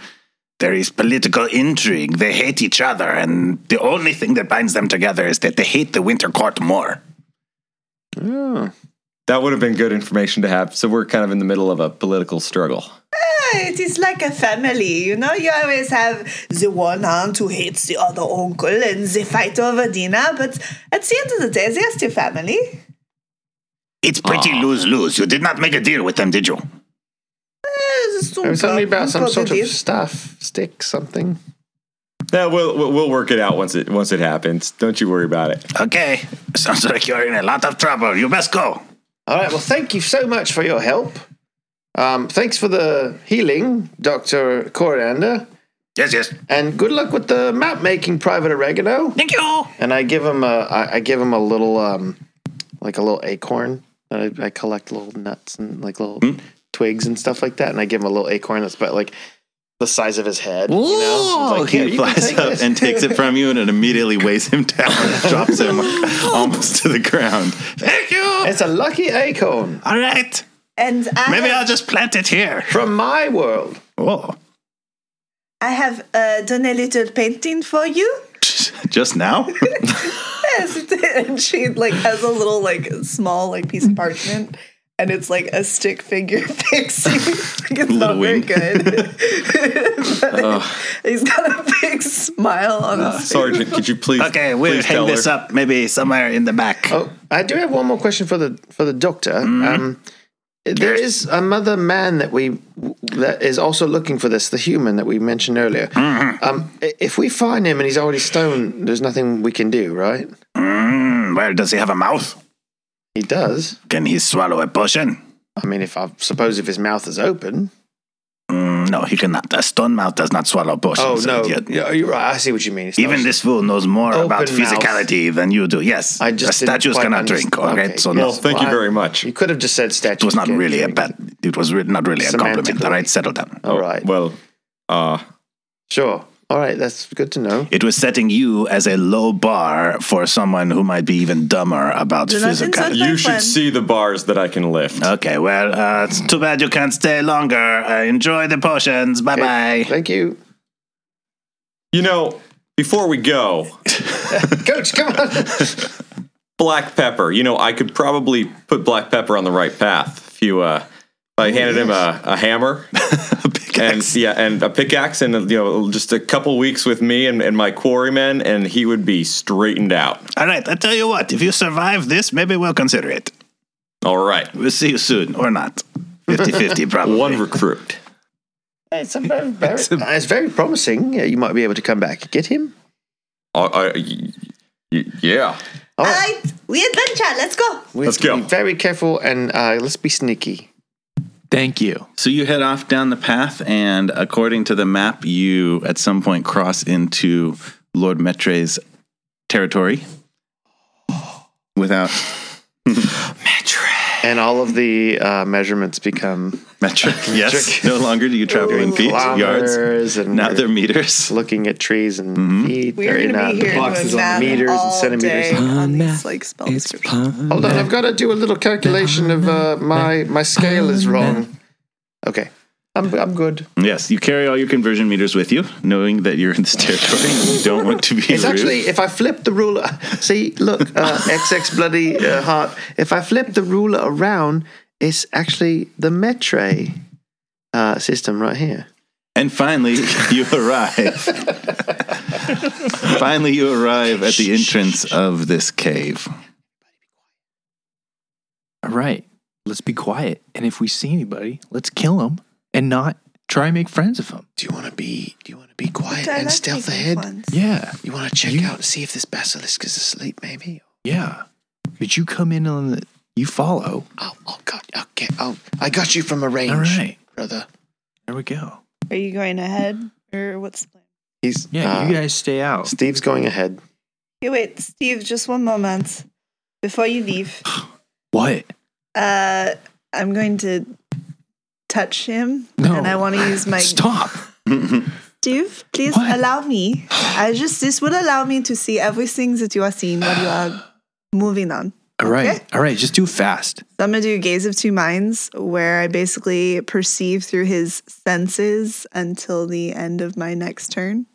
[SPEAKER 10] There is political intrigue. They hate each other, and the only thing that binds them together is that they hate the winter court more.
[SPEAKER 7] That would have been good information to have. So we're kind of in the middle of a political struggle.
[SPEAKER 4] It is like a family, you know. You always have the one aunt who hates the other uncle, and they fight over dinner. But at the end of the day, they are still family.
[SPEAKER 10] It's pretty lose lose. You did not make a deal with them, did you?
[SPEAKER 4] Eh, it's
[SPEAKER 5] It was something about some
[SPEAKER 4] probably
[SPEAKER 5] sort of
[SPEAKER 4] this.
[SPEAKER 5] staff, stick, something.
[SPEAKER 7] Yeah, we'll we'll we'll work it out once it once it happens. Don't you worry about
[SPEAKER 10] [LAUGHS]
[SPEAKER 7] it.
[SPEAKER 10] Okay. Sounds like you're in a lot of trouble. You best go.
[SPEAKER 5] All right. Well, thank you so much for your help. Um, thanks for the healing, Doctor Coriander,
[SPEAKER 10] Yes, yes.
[SPEAKER 5] and good luck with the map making, Private Oregano.
[SPEAKER 10] Thank you.
[SPEAKER 5] And I give him a, I, I give him a little, um, like a little acorn. I, I collect little nuts and like little
[SPEAKER 2] Hmm?
[SPEAKER 5] twigs and stuff like that. And I give him a little acorn that's about like the size of his head. you know? It's like, "Here,
[SPEAKER 2] he
[SPEAKER 5] you can
[SPEAKER 2] flies
[SPEAKER 5] take
[SPEAKER 2] up
[SPEAKER 5] this."
[SPEAKER 2] and takes it from you, and it immediately weighs him down and drops him almost to the ground.
[SPEAKER 10] Thank you.
[SPEAKER 5] [LAUGHS] It's a lucky acorn
[SPEAKER 10] All right.
[SPEAKER 4] And I
[SPEAKER 10] Maybe
[SPEAKER 4] have,
[SPEAKER 10] I'll just plant it here.
[SPEAKER 5] from my world.
[SPEAKER 10] Oh.
[SPEAKER 4] I have uh, done a little painting for you.
[SPEAKER 2] Just now?
[SPEAKER 4] Yes, [LAUGHS] it did. and she like has a little like small like piece of parchment. And it's like a stick figure [LAUGHS] fixing.
[SPEAKER 5] [LAUGHS]
[SPEAKER 4] Like, it's not very
[SPEAKER 2] wing.
[SPEAKER 4] good. [LAUGHS] but he's got a big smile on his face.
[SPEAKER 7] Sergeant, could you please?
[SPEAKER 10] Okay, we'll
[SPEAKER 7] please
[SPEAKER 10] hang
[SPEAKER 7] tell
[SPEAKER 10] this
[SPEAKER 7] her.
[SPEAKER 10] up maybe somewhere in the back.
[SPEAKER 5] Oh, I do have one more question for the for the doctor.
[SPEAKER 10] Mm-hmm.
[SPEAKER 5] Um, there is another man that we that is also looking for this, the human that we mentioned earlier.
[SPEAKER 10] Mm-hmm.
[SPEAKER 5] Um, i- if we find him and he's already stoned, there's nothing we can do, right?
[SPEAKER 10] Mm, well, does he have a mouth?
[SPEAKER 5] He does.
[SPEAKER 10] Can he swallow a potion?
[SPEAKER 5] I mean, if I suppose if his mouth is open.
[SPEAKER 10] Mm, no, he cannot. A stone mouth does not swallow
[SPEAKER 5] Oh
[SPEAKER 10] potions.
[SPEAKER 5] no,
[SPEAKER 10] idiot.
[SPEAKER 5] yeah, you're right. I see what you mean. It's not-
[SPEAKER 10] Even this fool knows more
[SPEAKER 5] Open
[SPEAKER 10] about
[SPEAKER 5] mouth.
[SPEAKER 10] physicality than you do. Yes,
[SPEAKER 5] I just
[SPEAKER 10] a
[SPEAKER 5] didn't
[SPEAKER 10] statues
[SPEAKER 5] quite
[SPEAKER 10] cannot
[SPEAKER 5] understand.
[SPEAKER 10] drink. All right,
[SPEAKER 5] Okay,
[SPEAKER 10] so
[SPEAKER 5] yes.
[SPEAKER 10] no,
[SPEAKER 7] Well, thank you
[SPEAKER 5] Well, I-
[SPEAKER 7] very much.
[SPEAKER 5] You could have just said statue.
[SPEAKER 10] it was not
[SPEAKER 5] can't
[SPEAKER 10] really a
[SPEAKER 5] drink.
[SPEAKER 10] bad. Oh, It was re- not really a compliment. All
[SPEAKER 5] Semantically.
[SPEAKER 10] right, settle down.
[SPEAKER 5] All right.
[SPEAKER 7] Well, uh,
[SPEAKER 5] Sure. All right. That's good to know.
[SPEAKER 10] It was setting you as a low bar for someone who might be even dumber about
[SPEAKER 4] Do not insult
[SPEAKER 10] physicality.
[SPEAKER 4] my
[SPEAKER 7] you
[SPEAKER 4] friend.
[SPEAKER 7] should see the bars that I can lift.
[SPEAKER 10] Okay, well, uh, it's too bad you can't stay longer. Uh, enjoy the potions. Bye bye.
[SPEAKER 5] Thank you,
[SPEAKER 7] you know, before we go,
[SPEAKER 5] Coach. Come on.
[SPEAKER 7] black pepper. You know, I could probably put black pepper on the right path if you uh, if I handed him a, a hammer
[SPEAKER 10] [LAUGHS]
[SPEAKER 7] and yeah, and a pickaxe, and you know, just a couple weeks with me and, and my quarrymen, and he would be straightened out.
[SPEAKER 10] All right, I tell you what, if you survive this, maybe we'll consider it.
[SPEAKER 7] All right,
[SPEAKER 10] We'll see you soon, or not. 50 50, probably.
[SPEAKER 7] one recruit.
[SPEAKER 5] It's, a very, very, it's, very promising. Yeah, you might be able to come back and get him.
[SPEAKER 7] [LAUGHS] Uh, uh, y- y- yeah,
[SPEAKER 5] All
[SPEAKER 4] All
[SPEAKER 5] right.
[SPEAKER 4] right, we adventure. Let's go.
[SPEAKER 5] We
[SPEAKER 7] Let's
[SPEAKER 5] have to
[SPEAKER 7] go.
[SPEAKER 5] Be very careful and uh, let's be sneaky.
[SPEAKER 3] Thank you.
[SPEAKER 2] So you head off down the path, and according to the map, you at some point cross into Lord Metre's territory without
[SPEAKER 5] And all of the uh, measurements become
[SPEAKER 2] metric. Yes, no longer do you travel in feet, yards.
[SPEAKER 5] kilometers
[SPEAKER 2] [LAUGHS]
[SPEAKER 5] and
[SPEAKER 2] Now
[SPEAKER 5] we're
[SPEAKER 2] they're meters.
[SPEAKER 5] looking at trees and feet.
[SPEAKER 4] We are
[SPEAKER 5] They're
[SPEAKER 4] going to be here
[SPEAKER 5] not-
[SPEAKER 4] doing math
[SPEAKER 5] meters and
[SPEAKER 4] all
[SPEAKER 5] centimeters.
[SPEAKER 4] day on
[SPEAKER 3] Um,
[SPEAKER 4] these like spell
[SPEAKER 3] It's
[SPEAKER 4] descriptions.
[SPEAKER 3] fun.
[SPEAKER 5] Hold on, I've got to do a little calculation of uh, my my scale is wrong. Okay, I'm I'm good.
[SPEAKER 2] Yes, you carry all your conversion meters with you, knowing that you're in this territory and you don't want to
[SPEAKER 4] [LAUGHS]
[SPEAKER 2] be
[SPEAKER 5] It's
[SPEAKER 2] rude.
[SPEAKER 5] actually if I flip the ruler. [LAUGHS] See, look, [LAUGHS] uh, XX bloody uh, heart. If I flip the ruler around, it's actually the metre uh, system right here.
[SPEAKER 2] And finally, you arrive. finally, you arrive at the entrance of this cave.
[SPEAKER 3] All right, let's be quiet. And if we see anybody, let's kill them and not try and make friends of them.
[SPEAKER 8] Do you want to be? Do you want to be quiet
[SPEAKER 4] I
[SPEAKER 8] and
[SPEAKER 4] like
[SPEAKER 8] stealth
[SPEAKER 4] making
[SPEAKER 8] ahead?
[SPEAKER 4] ones.
[SPEAKER 3] Yeah,
[SPEAKER 8] You want to check
[SPEAKER 3] You-
[SPEAKER 8] out and see if this basilisk is asleep? Maybe.
[SPEAKER 3] yeah. But you come in on the, you follow.
[SPEAKER 8] Oh, oh God. Okay. Oh, I got you from a range,
[SPEAKER 3] All right,
[SPEAKER 8] brother.
[SPEAKER 3] there we go.
[SPEAKER 4] Are you going ahead or what's the plan?
[SPEAKER 5] He's
[SPEAKER 3] Yeah,
[SPEAKER 5] uh,
[SPEAKER 3] you guys stay out.
[SPEAKER 5] Steve's going ahead.
[SPEAKER 4] Hey, wait, Steve, just one moment. Before you leave,
[SPEAKER 3] What?
[SPEAKER 4] uh, I'm going to touch him
[SPEAKER 3] No.
[SPEAKER 4] and I want to use my.
[SPEAKER 3] Stop.
[SPEAKER 4] Steve, please
[SPEAKER 3] What?
[SPEAKER 4] allow me. I just, this will allow me to see everything that you are seeing while you are moving on.
[SPEAKER 3] All right,
[SPEAKER 4] Okay.
[SPEAKER 3] all right. Just do it fast.
[SPEAKER 4] So I'm gonna do Gaze of Two Minds, where I basically perceive through his senses until the end of my next turn.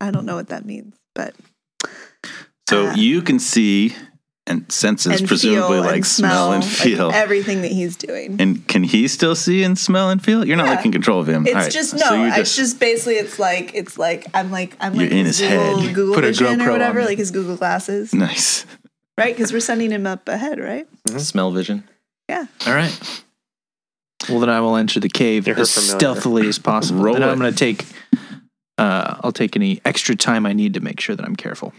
[SPEAKER 4] I don't know what that means, but
[SPEAKER 2] So
[SPEAKER 4] Ah.
[SPEAKER 2] you can see and senses,
[SPEAKER 4] and
[SPEAKER 2] presumably
[SPEAKER 4] feel
[SPEAKER 2] like
[SPEAKER 4] and
[SPEAKER 2] smell and
[SPEAKER 4] like,
[SPEAKER 2] feel.
[SPEAKER 4] everything that he's doing.
[SPEAKER 2] and can he still see and smell and feel? You're not
[SPEAKER 4] Yeah.
[SPEAKER 2] like in control of him.
[SPEAKER 4] It's
[SPEAKER 2] All right,
[SPEAKER 4] just no.
[SPEAKER 2] so you
[SPEAKER 4] it's just basically it's like it's like I'm like I'm
[SPEAKER 2] You're
[SPEAKER 4] like
[SPEAKER 2] in his head.
[SPEAKER 4] Google,
[SPEAKER 2] You
[SPEAKER 4] Google
[SPEAKER 3] put a
[SPEAKER 4] Vision
[SPEAKER 3] GoPro
[SPEAKER 4] or whatever,
[SPEAKER 3] on
[SPEAKER 4] like his Google glasses,
[SPEAKER 2] nice.
[SPEAKER 4] right? Because we're sending him up ahead, right?
[SPEAKER 7] Smell vision.
[SPEAKER 3] All right. Well, then I will enter the cave
[SPEAKER 5] You're
[SPEAKER 3] as
[SPEAKER 5] familiar.
[SPEAKER 3] stealthily as possible.
[SPEAKER 2] Roll
[SPEAKER 3] and
[SPEAKER 2] it.
[SPEAKER 3] I'm going to take. Uh, I'll take any extra time I need to make sure that I'm careful.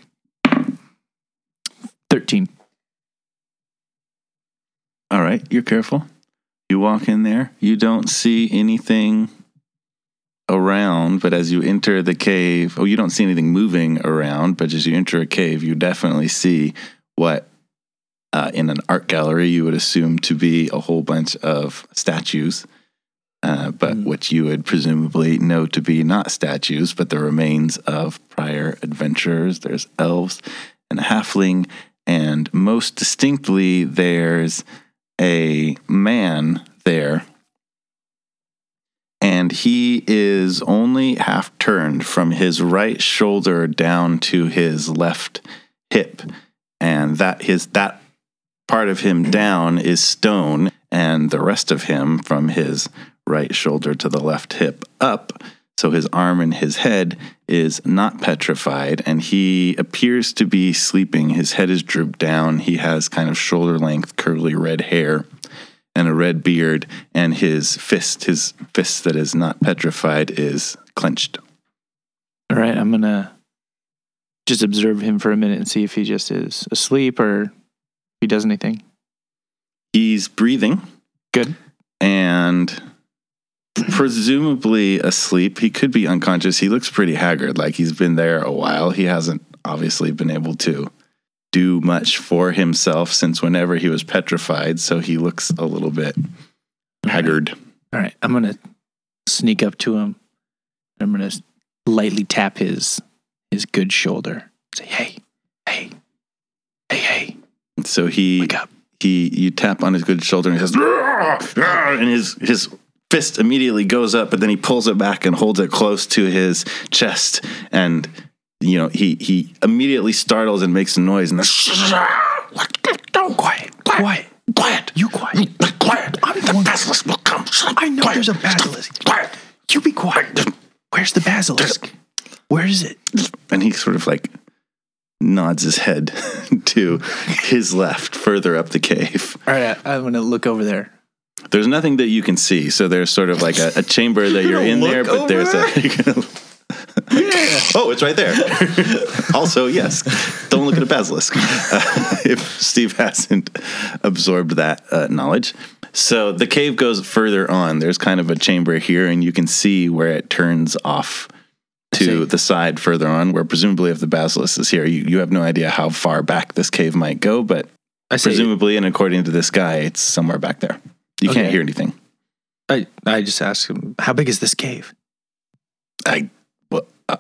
[SPEAKER 3] Thirteen.
[SPEAKER 2] All right, you're careful. You walk in there. You don't see anything around, but as you enter the cave, oh, you don't see anything moving around, but as you enter a cave, you definitely see what uh, in an art gallery you would assume to be a whole bunch of statues, uh, but what you would presumably know to be not statues, but the remains of prior adventurers. There's elves and a halfling, and most distinctly, there's a man there, and he is only half turned from his right shoulder down to his left hip, and that his that part of him down is stone, and the rest of him from his right shoulder to the left hip up. So his arm and his head is not petrified, and he appears to be sleeping. His head is drooped down. He has kind of shoulder length, curly red hair and a red beard, and his fist, his fist that is not petrified, is clenched.
[SPEAKER 3] All right, I'm gonna just observe him for a minute and see if he just is asleep or if he does anything.
[SPEAKER 2] He's breathing.
[SPEAKER 3] Good.
[SPEAKER 2] and presumably asleep. He could be unconscious. He looks pretty haggard, like he's been there a while. He hasn't obviously been able to do much for himself since whenever he was petrified, so he looks a little bit haggard.
[SPEAKER 3] All right, I'm gonna sneak up to him. I'm gonna lightly tap his his good shoulder. Say, hey, hey, hey, hey,
[SPEAKER 2] So he
[SPEAKER 3] wake up.
[SPEAKER 2] he you tap on his good shoulder and he says "Argh! Argh!" and his his fist immediately goes up but then he pulls it back and holds it close to his chest and you know he he immediately startles and makes a noise and
[SPEAKER 3] Don't quiet, quiet, quiet. You quiet.
[SPEAKER 10] Quiet!
[SPEAKER 3] I'm the one-
[SPEAKER 10] basilisk will come.
[SPEAKER 3] I know there's a basilisk.
[SPEAKER 10] Quiet!
[SPEAKER 3] You be quiet. Where's the basilisk? Where is it?
[SPEAKER 2] and he sort of like nods his head [LAUGHS] to his left further up the cave
[SPEAKER 3] All right, I, I'm gonna look over there.
[SPEAKER 2] there's nothing that you can see so there's sort of like a, a chamber that
[SPEAKER 5] [LAUGHS]
[SPEAKER 2] you're, in there but there's a [LAUGHS] you're gonna- oh it's right there [LAUGHS] also yes don't look at a basilisk [LAUGHS] uh, if steve hasn't absorbed that uh, knowledge so the cave goes further on there's kind of a chamber here and you can see where it turns off to the side further on where presumably if the basilisk is here you, you have no idea how far back this cave might go but
[SPEAKER 3] I say,
[SPEAKER 2] presumably and according to this guy it's somewhere back there you can't
[SPEAKER 3] Okay.
[SPEAKER 2] hear anything
[SPEAKER 3] I, I just ask him, how big is this cave?
[SPEAKER 10] I. Well, uh,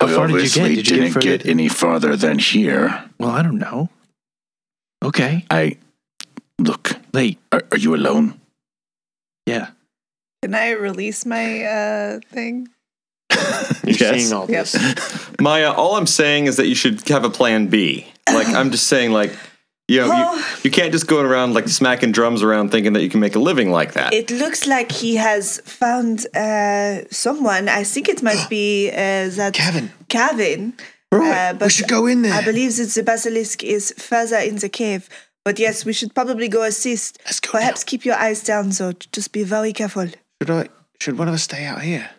[SPEAKER 3] How
[SPEAKER 10] I
[SPEAKER 3] far did you get?
[SPEAKER 10] obviously
[SPEAKER 3] Did you get
[SPEAKER 10] didn't
[SPEAKER 3] further?
[SPEAKER 10] get any farther than here.
[SPEAKER 3] Well, I don't know. Okay,
[SPEAKER 10] I. Look,
[SPEAKER 3] late.
[SPEAKER 10] are, are you alone?
[SPEAKER 3] Yeah.
[SPEAKER 4] Can I release my uh,
[SPEAKER 2] [LAUGHS]
[SPEAKER 4] thing?
[SPEAKER 5] You're
[SPEAKER 2] Yes.
[SPEAKER 5] seeing all
[SPEAKER 4] Yep.
[SPEAKER 5] this.
[SPEAKER 7] Maya, all I'm saying is that you should have a plan B. Like I'm just saying, like You, know, you,
[SPEAKER 4] Oh.
[SPEAKER 7] you can't just go around like smacking drums around thinking that you can make a living like that.
[SPEAKER 4] It looks like he has found uh, someone. I think it might be uh, that
[SPEAKER 5] Gavin.
[SPEAKER 4] Gavin.
[SPEAKER 5] Right, we should go in there.
[SPEAKER 4] I believe that the basilisk is further in the cave. But yes, we should probably go assist.
[SPEAKER 5] Let's go
[SPEAKER 4] Perhaps keep your eyes down, though. Just be very careful.
[SPEAKER 5] Should I? Should one of us stay out here?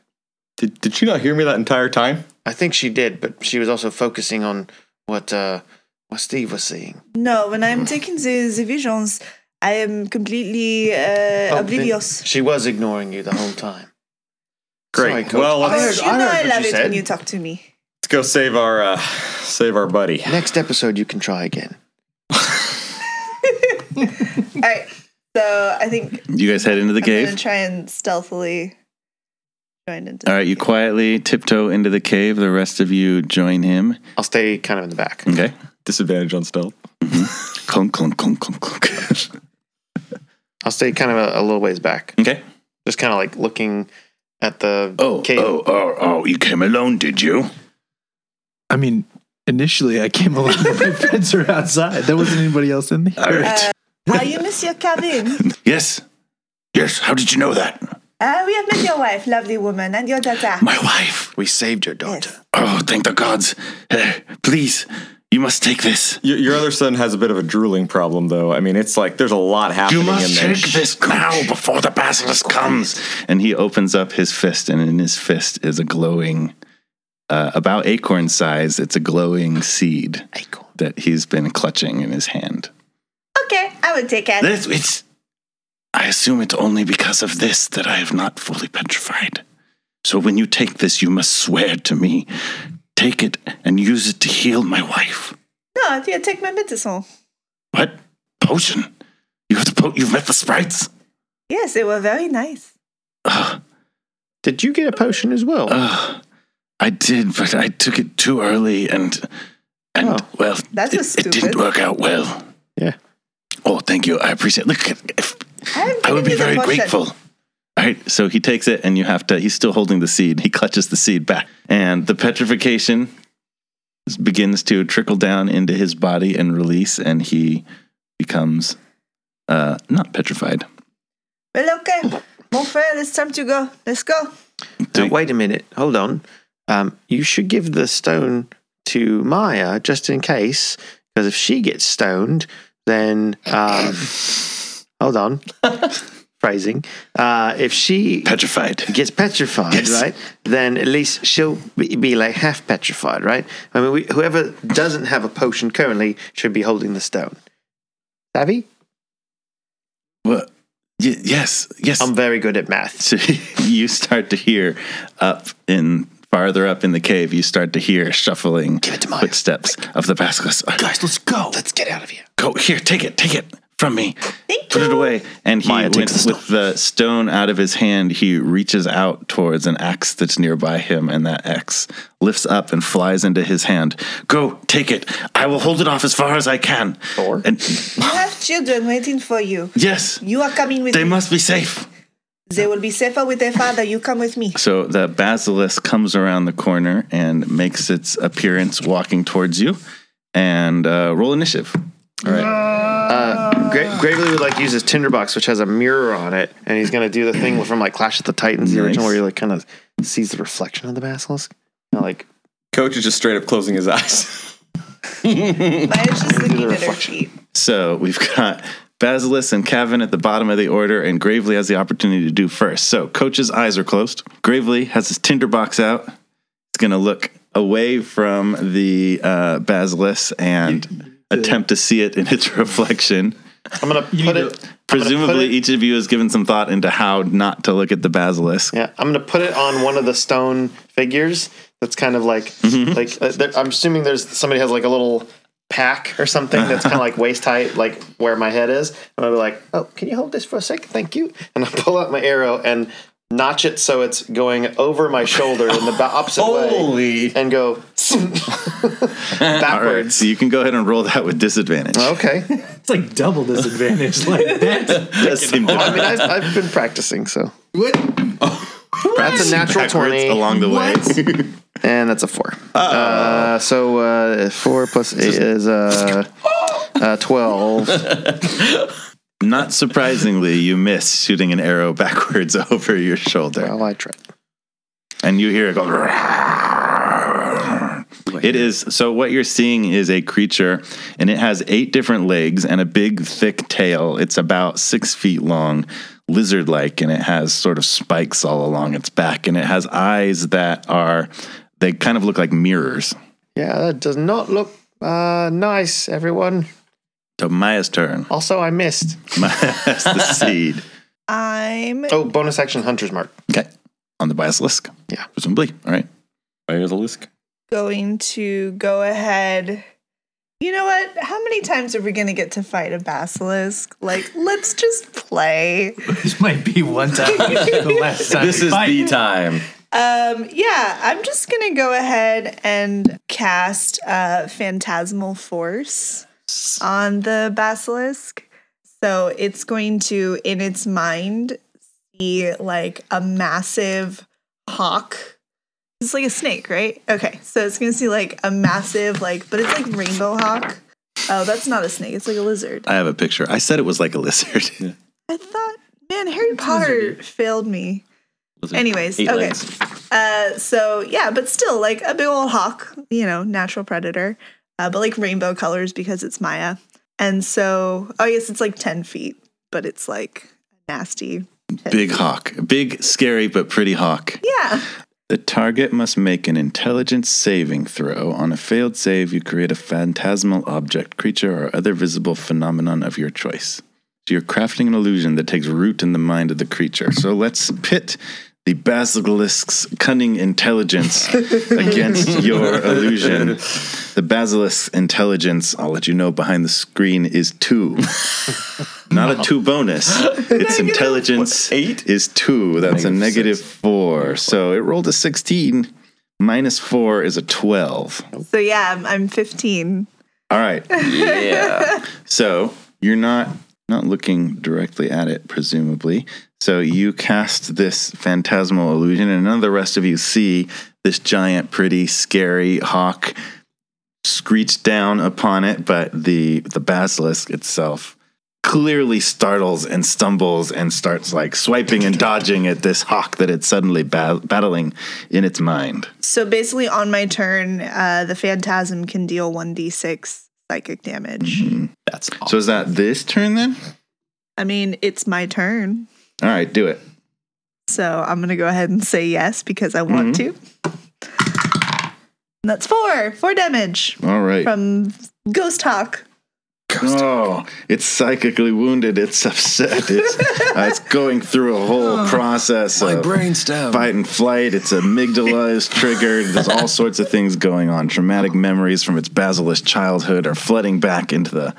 [SPEAKER 7] did, did you not hear me that entire time?
[SPEAKER 5] I think she did, but she was also focusing on what uh, what Steve was seeing.
[SPEAKER 4] No, when
[SPEAKER 5] [SIGHS]
[SPEAKER 4] I'm taking the, the visions, I am completely uh,
[SPEAKER 5] Oh,
[SPEAKER 4] oblivious.
[SPEAKER 5] then She was ignoring you the whole time.
[SPEAKER 7] Great.
[SPEAKER 5] Sorry, Coach.
[SPEAKER 7] well,
[SPEAKER 4] Of
[SPEAKER 7] let's,
[SPEAKER 4] course,
[SPEAKER 5] heard-
[SPEAKER 4] you
[SPEAKER 5] I
[SPEAKER 4] know
[SPEAKER 5] heard
[SPEAKER 4] I
[SPEAKER 5] what
[SPEAKER 4] love
[SPEAKER 5] you
[SPEAKER 4] it when
[SPEAKER 5] said.
[SPEAKER 4] you talk to me.
[SPEAKER 7] let's go save our uh, save our buddy.
[SPEAKER 5] Next episode, you can try again.
[SPEAKER 4] All right. So I think
[SPEAKER 2] You guys head into the
[SPEAKER 4] I'm going to
[SPEAKER 2] cave.
[SPEAKER 4] try and stealthily join into
[SPEAKER 2] All right, you quietly tiptoe into the cave. The rest of you join him.
[SPEAKER 5] I'll stay kind of in the back.
[SPEAKER 2] Okay. Mm-hmm.
[SPEAKER 7] Disadvantage on stealth.
[SPEAKER 2] Clunk, clunk, clunk, clunk, clunk.
[SPEAKER 5] I'll stay kind of a, a little ways back,
[SPEAKER 2] okay.
[SPEAKER 5] just kind of like looking at the
[SPEAKER 1] Oh,
[SPEAKER 5] cave.
[SPEAKER 1] oh, oh, oh, you came alone, did you?
[SPEAKER 9] I mean, initially I came along with my friends were outside. There wasn't anybody else in there.
[SPEAKER 1] All right.
[SPEAKER 4] Are you
[SPEAKER 1] [LAUGHS]
[SPEAKER 4] Monsieur Cabin?
[SPEAKER 1] yes. Yes, how did you know that?
[SPEAKER 4] Uh, we have met your wife, lovely woman, and your daughter.
[SPEAKER 1] My wife.
[SPEAKER 5] We saved your daughter.
[SPEAKER 4] Yes.
[SPEAKER 1] Oh, thank the gods. Eh, please, you must take this.
[SPEAKER 7] Your, your other son has a bit of a drooling problem, though. I mean, it's like there's a lot happening
[SPEAKER 1] You must
[SPEAKER 7] in there.
[SPEAKER 1] take this now before the basilisk comes.
[SPEAKER 2] And he opens up his fist, and in his fist is a glowing, uh, about acorn size, it's a glowing seed acorn. that he's been clutching in his hand.
[SPEAKER 4] Okay, I would take it.
[SPEAKER 1] This, it's. I assume it's only because of this that I have not fully petrified. So when you take this, you must swear to me. Take it and use it to heal my wife.
[SPEAKER 4] No, yeah, take my medicine.
[SPEAKER 1] What potion? You have the po- You've met the sprites.
[SPEAKER 4] Yes, they were very nice.
[SPEAKER 1] Ugh,
[SPEAKER 5] Did you get a potion as well?
[SPEAKER 1] ugh. I did, but I took it too early, and and
[SPEAKER 5] Oh.
[SPEAKER 1] well,
[SPEAKER 4] That
[SPEAKER 1] it,
[SPEAKER 4] was
[SPEAKER 1] it
[SPEAKER 4] stupid.
[SPEAKER 1] didn't work out well.
[SPEAKER 5] Yeah.
[SPEAKER 1] Oh, thank you. I appreciate. Look, if,
[SPEAKER 4] I'm
[SPEAKER 1] I would
[SPEAKER 4] giving
[SPEAKER 1] be
[SPEAKER 4] you the
[SPEAKER 1] very
[SPEAKER 4] potion.
[SPEAKER 1] grateful.
[SPEAKER 2] All right, so he takes it, and you have to. He's still holding the seed. He clutches the seed back, and the petrification s- begins to trickle down into his body and release, and he becomes uh, not petrified.
[SPEAKER 4] Well, okay. Mon frère, it's time to go. Let's go.
[SPEAKER 5] Now, wait a minute. Hold on. Um, you should give the stone to Maya just in case, because if she gets stoned, then
[SPEAKER 1] [LAUGHS]
[SPEAKER 5] um, hold on. Phrasing. Uh, if she
[SPEAKER 1] Petrified.
[SPEAKER 5] gets petrified, right? Then at least she'll be, be like half petrified, right? I mean, we, whoever doesn't have a potion currently should be holding the stone. Savvy?
[SPEAKER 1] What? Y- yes, yes.
[SPEAKER 5] I'm very good at math.
[SPEAKER 2] So Um, [LAUGHS] you start to hear up in farther up in the cave. You start to hear shuffling
[SPEAKER 5] Give it to Maya.
[SPEAKER 2] footsteps of the basilisk. Uh,
[SPEAKER 5] Guys, let's go. Let's get out of here.
[SPEAKER 1] Go here. Take it. Take it from me.
[SPEAKER 4] Thank
[SPEAKER 2] put
[SPEAKER 4] you.
[SPEAKER 2] it away. And he
[SPEAKER 5] Maya
[SPEAKER 2] went
[SPEAKER 5] takes the
[SPEAKER 2] with the stone out of his hand. He reaches out towards an axe that's nearby him, and that axe lifts up and flies into his hand.
[SPEAKER 1] Go. Take it. I will hold it off as far as I can. Or and [SIGHS]
[SPEAKER 4] You have children waiting for you.
[SPEAKER 1] yes,
[SPEAKER 4] You are coming with
[SPEAKER 1] they
[SPEAKER 4] me.
[SPEAKER 1] must be safe.
[SPEAKER 4] They will be safer with their father. You come with me.
[SPEAKER 2] So the basilisk comes around the corner and makes its appearance, walking towards you. And uh, roll initiative.
[SPEAKER 5] Gra- Gravely would like use his tinderbox, which has a mirror on it, and he's gonna do the thing from like Clash of the Titans, the original,
[SPEAKER 2] Nice.
[SPEAKER 5] where he like kind of sees the reflection of the basilisk. Kinda like
[SPEAKER 7] Coach is just straight up closing his eyes.
[SPEAKER 4] Mine is just looking at her feet.
[SPEAKER 2] So we've [LAUGHS] got Basilisk and Kevin at the bottom of the order, and Gravely has the opportunity to do first. So Coach's eyes are closed. Gravely has his tinderbox out. He's going to look away from the uh, Basilisk and attempt to see it in its [LAUGHS] reflection.
[SPEAKER 5] I'm gonna put it. I'm gonna put
[SPEAKER 2] Presumably,
[SPEAKER 5] it-
[SPEAKER 2] each of you has given some thought into how not to look at the Basilisk.
[SPEAKER 5] Yeah, I'm gonna put it on one of the stone figures. That's kind of like
[SPEAKER 2] Mm-hmm.
[SPEAKER 5] like uh, there- I'm assuming there's somebody has like a little pack or something that's kind of like waist height, like where my head is. And I'll be like, oh, can you hold this for a second? Thank you. And I pull out my arrow and notch it so it's going over my shoulder in the ba- opposite way, and go
[SPEAKER 2] All right,
[SPEAKER 5] backwards. Oh,
[SPEAKER 2] so you can go ahead and roll that with disadvantage.
[SPEAKER 5] Okay,
[SPEAKER 9] It's like double disadvantage. Like that.
[SPEAKER 2] Does seem
[SPEAKER 5] I mean
[SPEAKER 2] to-
[SPEAKER 5] I've, I've been practicing, so
[SPEAKER 9] What?
[SPEAKER 5] that's a natural
[SPEAKER 2] backwards
[SPEAKER 5] twenty,
[SPEAKER 2] along the way.
[SPEAKER 8] [LAUGHS]
[SPEAKER 5] and that's a four. Uh, so uh, four plus eight is uh, Uh, 12.
[SPEAKER 2] Not surprisingly, you miss shooting an arrow [LAUGHS] backwards over your shoulder,
[SPEAKER 5] well, I tried.
[SPEAKER 2] and you hear it go. It is so. What you're seeing is a creature, and it has eight different legs and a big, thick tail. It's about six feet long, lizard-like, and it has sort of spikes all along its back, and it has eyes that are they kind of look like mirrors.
[SPEAKER 5] Yeah, that does not look uh, nice, everyone.
[SPEAKER 2] To Maya's turn. [LAUGHS]
[SPEAKER 5] Also, I missed.
[SPEAKER 2] Maya's the seed.
[SPEAKER 4] I'm
[SPEAKER 5] Oh, bonus action Hunter's Mark.
[SPEAKER 2] Okay. On the basilisk.
[SPEAKER 5] Yeah.
[SPEAKER 2] Presumably. All right.
[SPEAKER 7] There's a lisk.
[SPEAKER 4] going to go ahead. You know what? How many times are we going to get to fight a basilisk? Like, let's just play.
[SPEAKER 9] This might be one time. the last time.
[SPEAKER 7] [LAUGHS] This is the time.
[SPEAKER 4] Um, yeah, I'm just going to go ahead and cast uh, Phantasmal Force on the basilisk. So it's going to, in its mind, see like a massive hawk. It's like a snake, right? Okay, so it's going to see like a massive, like, but it's like rainbow hawk. Oh, that's not a snake. It's like a lizard.
[SPEAKER 2] I have a picture. I said it was like a lizard.
[SPEAKER 4] I thought, man, Harry Potter failed me.
[SPEAKER 7] Lizard.
[SPEAKER 4] Anyways,
[SPEAKER 7] Eight
[SPEAKER 4] okay.
[SPEAKER 7] legs.
[SPEAKER 4] Uh, so yeah, but still, like a big old hawk, you know, natural predator, uh, but like rainbow colors because it's Maya. And so, oh yes, it's like ten feet, but it's like nasty.
[SPEAKER 2] [LAUGHS] Big hawk. Big, scary, but pretty hawk.
[SPEAKER 4] Yeah,
[SPEAKER 2] The target must make an intelligence saving throw. On a failed save, you create a phantasmal object, creature, or other visible phenomenon of your choice. So you're crafting an illusion that takes root in the mind of the creature. So let's pit the basilisk's cunning intelligence against your illusion. The basilisk's intelligence, I'll let you know behind the screen, is two. Not a two bonus. Its intelligence
[SPEAKER 7] eight?
[SPEAKER 2] is two. That's a negative four. So it rolled a 16. Minus four is a 12.
[SPEAKER 4] so yeah, I'm, I'm fifteen.
[SPEAKER 2] All right.
[SPEAKER 7] Yeah.
[SPEAKER 2] So you're not not looking directly at it, presumably. So you cast this phantasmal illusion, and none of the rest of you see this giant, pretty, scary hawk screech down upon it, but the the basilisk itself clearly startles and stumbles and starts like swiping and dodging at this hawk that it's suddenly ba- battling in its mind.
[SPEAKER 4] So basically, on my turn, uh, the phantasm can deal one d six psychic damage.
[SPEAKER 7] Mm-hmm. That's awesome.
[SPEAKER 2] So is that this turn then?
[SPEAKER 4] I mean, it's my turn,
[SPEAKER 2] All right, do it.
[SPEAKER 4] so I'm gonna go ahead and say yes because I want to. And that's four, four damage
[SPEAKER 2] All right.
[SPEAKER 4] from Ghost Hawk.
[SPEAKER 2] Oh, it's psychically wounded. It's upset. It's, [LAUGHS] uh, it's going through a whole process
[SPEAKER 9] My
[SPEAKER 2] of
[SPEAKER 9] brainstem.
[SPEAKER 2] fight and flight. Its amygdala is triggered. There's all sorts of things going on. Traumatic memories from its basilisk childhood are flooding back into the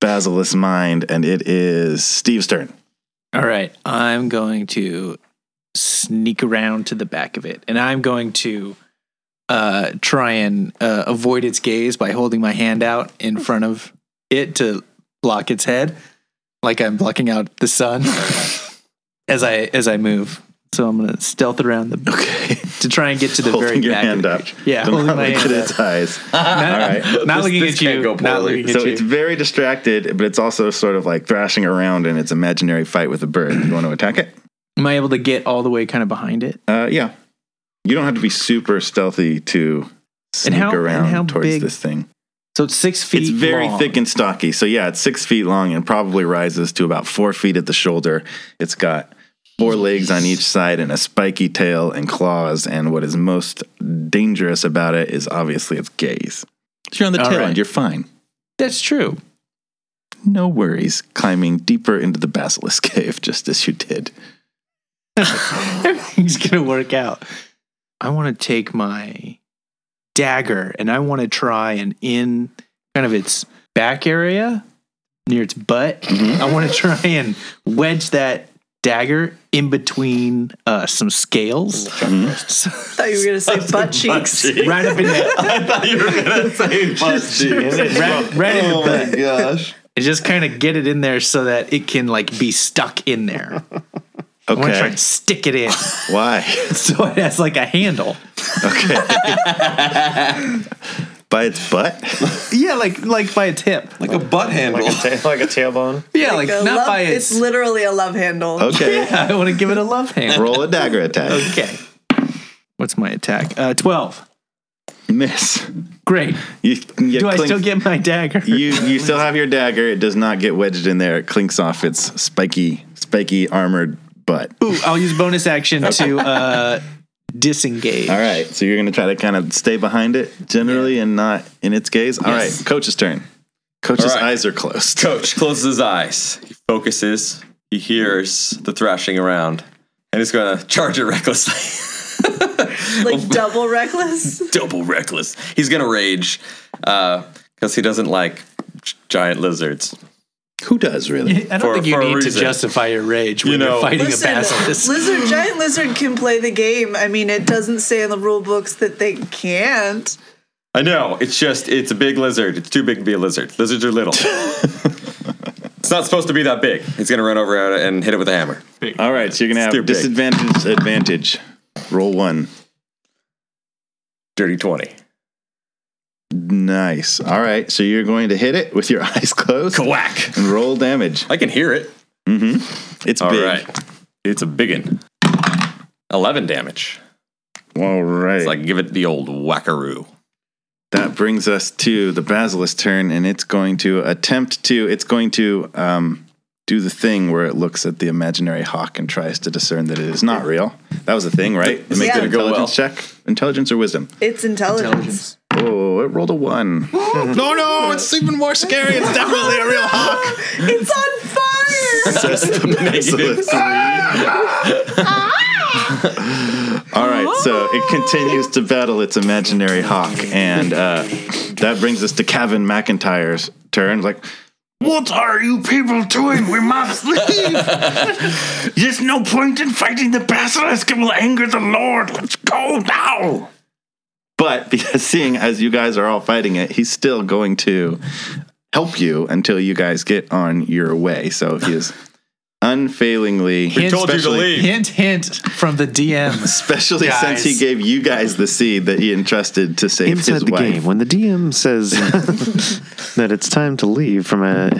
[SPEAKER 2] basilisk mind, and it is Steve's turn.
[SPEAKER 3] All right, I'm going to sneak around to the back of it, and I'm going to uh, try and uh, avoid its gaze by holding my hand out in front of it to block its head, like I'm blocking out the sun [LAUGHS] as I as I move. So I'm gonna stealth around the
[SPEAKER 2] Okay,
[SPEAKER 3] to try and get to the
[SPEAKER 2] holding
[SPEAKER 3] very
[SPEAKER 2] your
[SPEAKER 3] back. of
[SPEAKER 2] hand
[SPEAKER 3] the
[SPEAKER 2] up.
[SPEAKER 3] creature. yeah,
[SPEAKER 2] Do
[SPEAKER 3] holding
[SPEAKER 2] not
[SPEAKER 3] my
[SPEAKER 2] look at
[SPEAKER 3] hand up.
[SPEAKER 2] its eyes.
[SPEAKER 3] [LAUGHS] Not,
[SPEAKER 2] right.
[SPEAKER 3] not looking
[SPEAKER 7] this
[SPEAKER 3] at
[SPEAKER 7] can't go
[SPEAKER 3] you. Not
[SPEAKER 7] poorly.
[SPEAKER 3] looking at
[SPEAKER 2] So
[SPEAKER 3] you.
[SPEAKER 2] it's very distracted, but it's also sort of like thrashing around in its imaginary fight with a bird. You want to attack it?
[SPEAKER 3] Am I able to get all the way kind of behind it?
[SPEAKER 2] Uh, yeah. You don't have to be super stealthy to sneak
[SPEAKER 3] how- and
[SPEAKER 2] around
[SPEAKER 3] how
[SPEAKER 2] towards
[SPEAKER 3] big
[SPEAKER 2] this thing.
[SPEAKER 3] So it's six feet.
[SPEAKER 2] It's very
[SPEAKER 3] long.
[SPEAKER 2] thick and stocky. So yeah, it's six feet long and probably rises to about four feet at the shoulder. It's got four legs on each side and a spiky tail and claws. And what is most dangerous about it is obviously its gaze. You're on the
[SPEAKER 3] All
[SPEAKER 2] tail
[SPEAKER 3] right.
[SPEAKER 2] end. You're fine.
[SPEAKER 3] That's true.
[SPEAKER 2] No worries. Climbing deeper into the basilisk [LAUGHS] cave, just as you did.
[SPEAKER 3] everything's gonna work out. I want to take my dagger and I want to try and in kind of its back area near its butt.
[SPEAKER 2] Mm-hmm.
[SPEAKER 3] I want to try and wedge that dagger in between uh, some scales,
[SPEAKER 4] I thought you were [LAUGHS] gonna say butt cheeks.
[SPEAKER 3] right up
[SPEAKER 2] [LAUGHS]
[SPEAKER 3] in the right, right in
[SPEAKER 2] Oh
[SPEAKER 3] the butt.
[SPEAKER 5] gosh.
[SPEAKER 3] And just kind of get it in there so that it can like be stuck in there. I want to try
[SPEAKER 2] Okay.
[SPEAKER 3] and stick it in [LAUGHS]
[SPEAKER 2] Why?
[SPEAKER 3] so it has like a handle.
[SPEAKER 2] Okay. by its butt?
[SPEAKER 3] [LAUGHS] Yeah, like like by a tip.
[SPEAKER 12] Like a butt handle.
[SPEAKER 5] Like a, ta- like
[SPEAKER 2] [LAUGHS]
[SPEAKER 5] a tailbone.
[SPEAKER 3] Yeah, like,
[SPEAKER 4] a
[SPEAKER 3] not
[SPEAKER 4] love-
[SPEAKER 3] by
[SPEAKER 4] it's
[SPEAKER 3] its.
[SPEAKER 4] literally a love handle.
[SPEAKER 2] Okay.
[SPEAKER 3] yeah, [LAUGHS] I want to give it a love hand.
[SPEAKER 2] Roll a dagger attack.
[SPEAKER 3] okay. What's my attack? Uh, Twelve.
[SPEAKER 2] Miss.
[SPEAKER 3] Great.
[SPEAKER 2] You, you
[SPEAKER 3] Do I
[SPEAKER 2] clink-
[SPEAKER 3] still get my dagger?
[SPEAKER 2] you you still have your dagger. It does not get wedged in there. It clinks off its spiky spiky armored butt.
[SPEAKER 3] Ooh, I'll use bonus action
[SPEAKER 4] [LAUGHS]
[SPEAKER 3] to uh, disengage.
[SPEAKER 2] All right, so you're gonna try to kind of stay behind it generally and not in its gaze. All right, coach's turn. Coach's
[SPEAKER 7] All right.
[SPEAKER 2] eyes are closed.
[SPEAKER 7] Coach closes his eyes. He focuses. He hears the thrashing around, and he's gonna charge it recklessly. [LAUGHS]
[SPEAKER 4] Like
[SPEAKER 3] [LAUGHS]
[SPEAKER 4] double reckless.
[SPEAKER 7] Double reckless. He's gonna rage, because he doesn't like gi- giant lizards.
[SPEAKER 2] Who does
[SPEAKER 7] [LAUGHS]
[SPEAKER 2] really?
[SPEAKER 3] I don't
[SPEAKER 7] For-
[SPEAKER 3] think you
[SPEAKER 7] for a
[SPEAKER 3] need to
[SPEAKER 7] reason.
[SPEAKER 3] justify your rage when
[SPEAKER 7] You
[SPEAKER 3] you
[SPEAKER 7] know-
[SPEAKER 3] are fighting a
[SPEAKER 4] Listen,
[SPEAKER 3] basilisk. [LAUGHS]
[SPEAKER 4] lizard, giant lizard can play the game. I mean, it doesn't say in the rule books that they can't.
[SPEAKER 7] I know. It's just it's a big lizard. It's too big to be a lizard. Lizards are [LAUGHS] little. it's not supposed to be that big. He's gonna run over at it and hit it with a hammer.
[SPEAKER 2] All right, so you're gonna have
[SPEAKER 7] Stupid.
[SPEAKER 2] disadvantage advantage. Roll one.
[SPEAKER 7] Dirty twenty.
[SPEAKER 2] Nice. All right, so you're going to hit it with your [LAUGHS] eyes closed
[SPEAKER 7] Quack.
[SPEAKER 2] and roll damage.
[SPEAKER 7] I can hear it.
[SPEAKER 2] It's
[SPEAKER 7] All
[SPEAKER 2] big.
[SPEAKER 7] right. It's a biggin. Eleven damage.
[SPEAKER 2] All right.
[SPEAKER 7] It's like give it the old [LAUGHS] wackaroo.
[SPEAKER 2] That brings us to the basilisk turn, and it's going to attempt to. It's going to um, do the thing where it looks at the imaginary hawk and tries to discern that it is not real. That was the thing, right? It makes
[SPEAKER 4] Yeah.
[SPEAKER 2] an
[SPEAKER 7] Go well.
[SPEAKER 2] intelligence check, intelligence or wisdom.
[SPEAKER 4] It's intelligence.
[SPEAKER 2] Oh, it rolled a one. [LAUGHS] no, no, it's even more scary. It's definitely a real hawk.
[SPEAKER 4] It's on fire.
[SPEAKER 2] Says the basilisk.
[SPEAKER 4] [LAUGHS]
[SPEAKER 2] All right, so it continues to battle its imaginary hawk, and uh, that brings us to Kevin McIntyre's turn. Like,
[SPEAKER 10] What are you people doing? We
[SPEAKER 2] [LAUGHS]
[SPEAKER 10] must leave. There's no point in fighting the basilisk. It will anger the Lord. Let's go now.
[SPEAKER 2] But because seeing as you guys are all fighting it, he's still going to help you until you guys get on your way. So he is unfailingly.
[SPEAKER 3] Hint,
[SPEAKER 7] Told you to leave.
[SPEAKER 3] hint, hint from the
[SPEAKER 7] [LAUGHS]
[SPEAKER 3] DM.
[SPEAKER 2] Especially since
[SPEAKER 3] Guys.
[SPEAKER 2] he gave you guys the seed that he entrusted to save his
[SPEAKER 8] Inside the
[SPEAKER 2] wife.
[SPEAKER 8] game, when the DM
[SPEAKER 2] [LAUGHS]
[SPEAKER 8] says that it's time to leave from a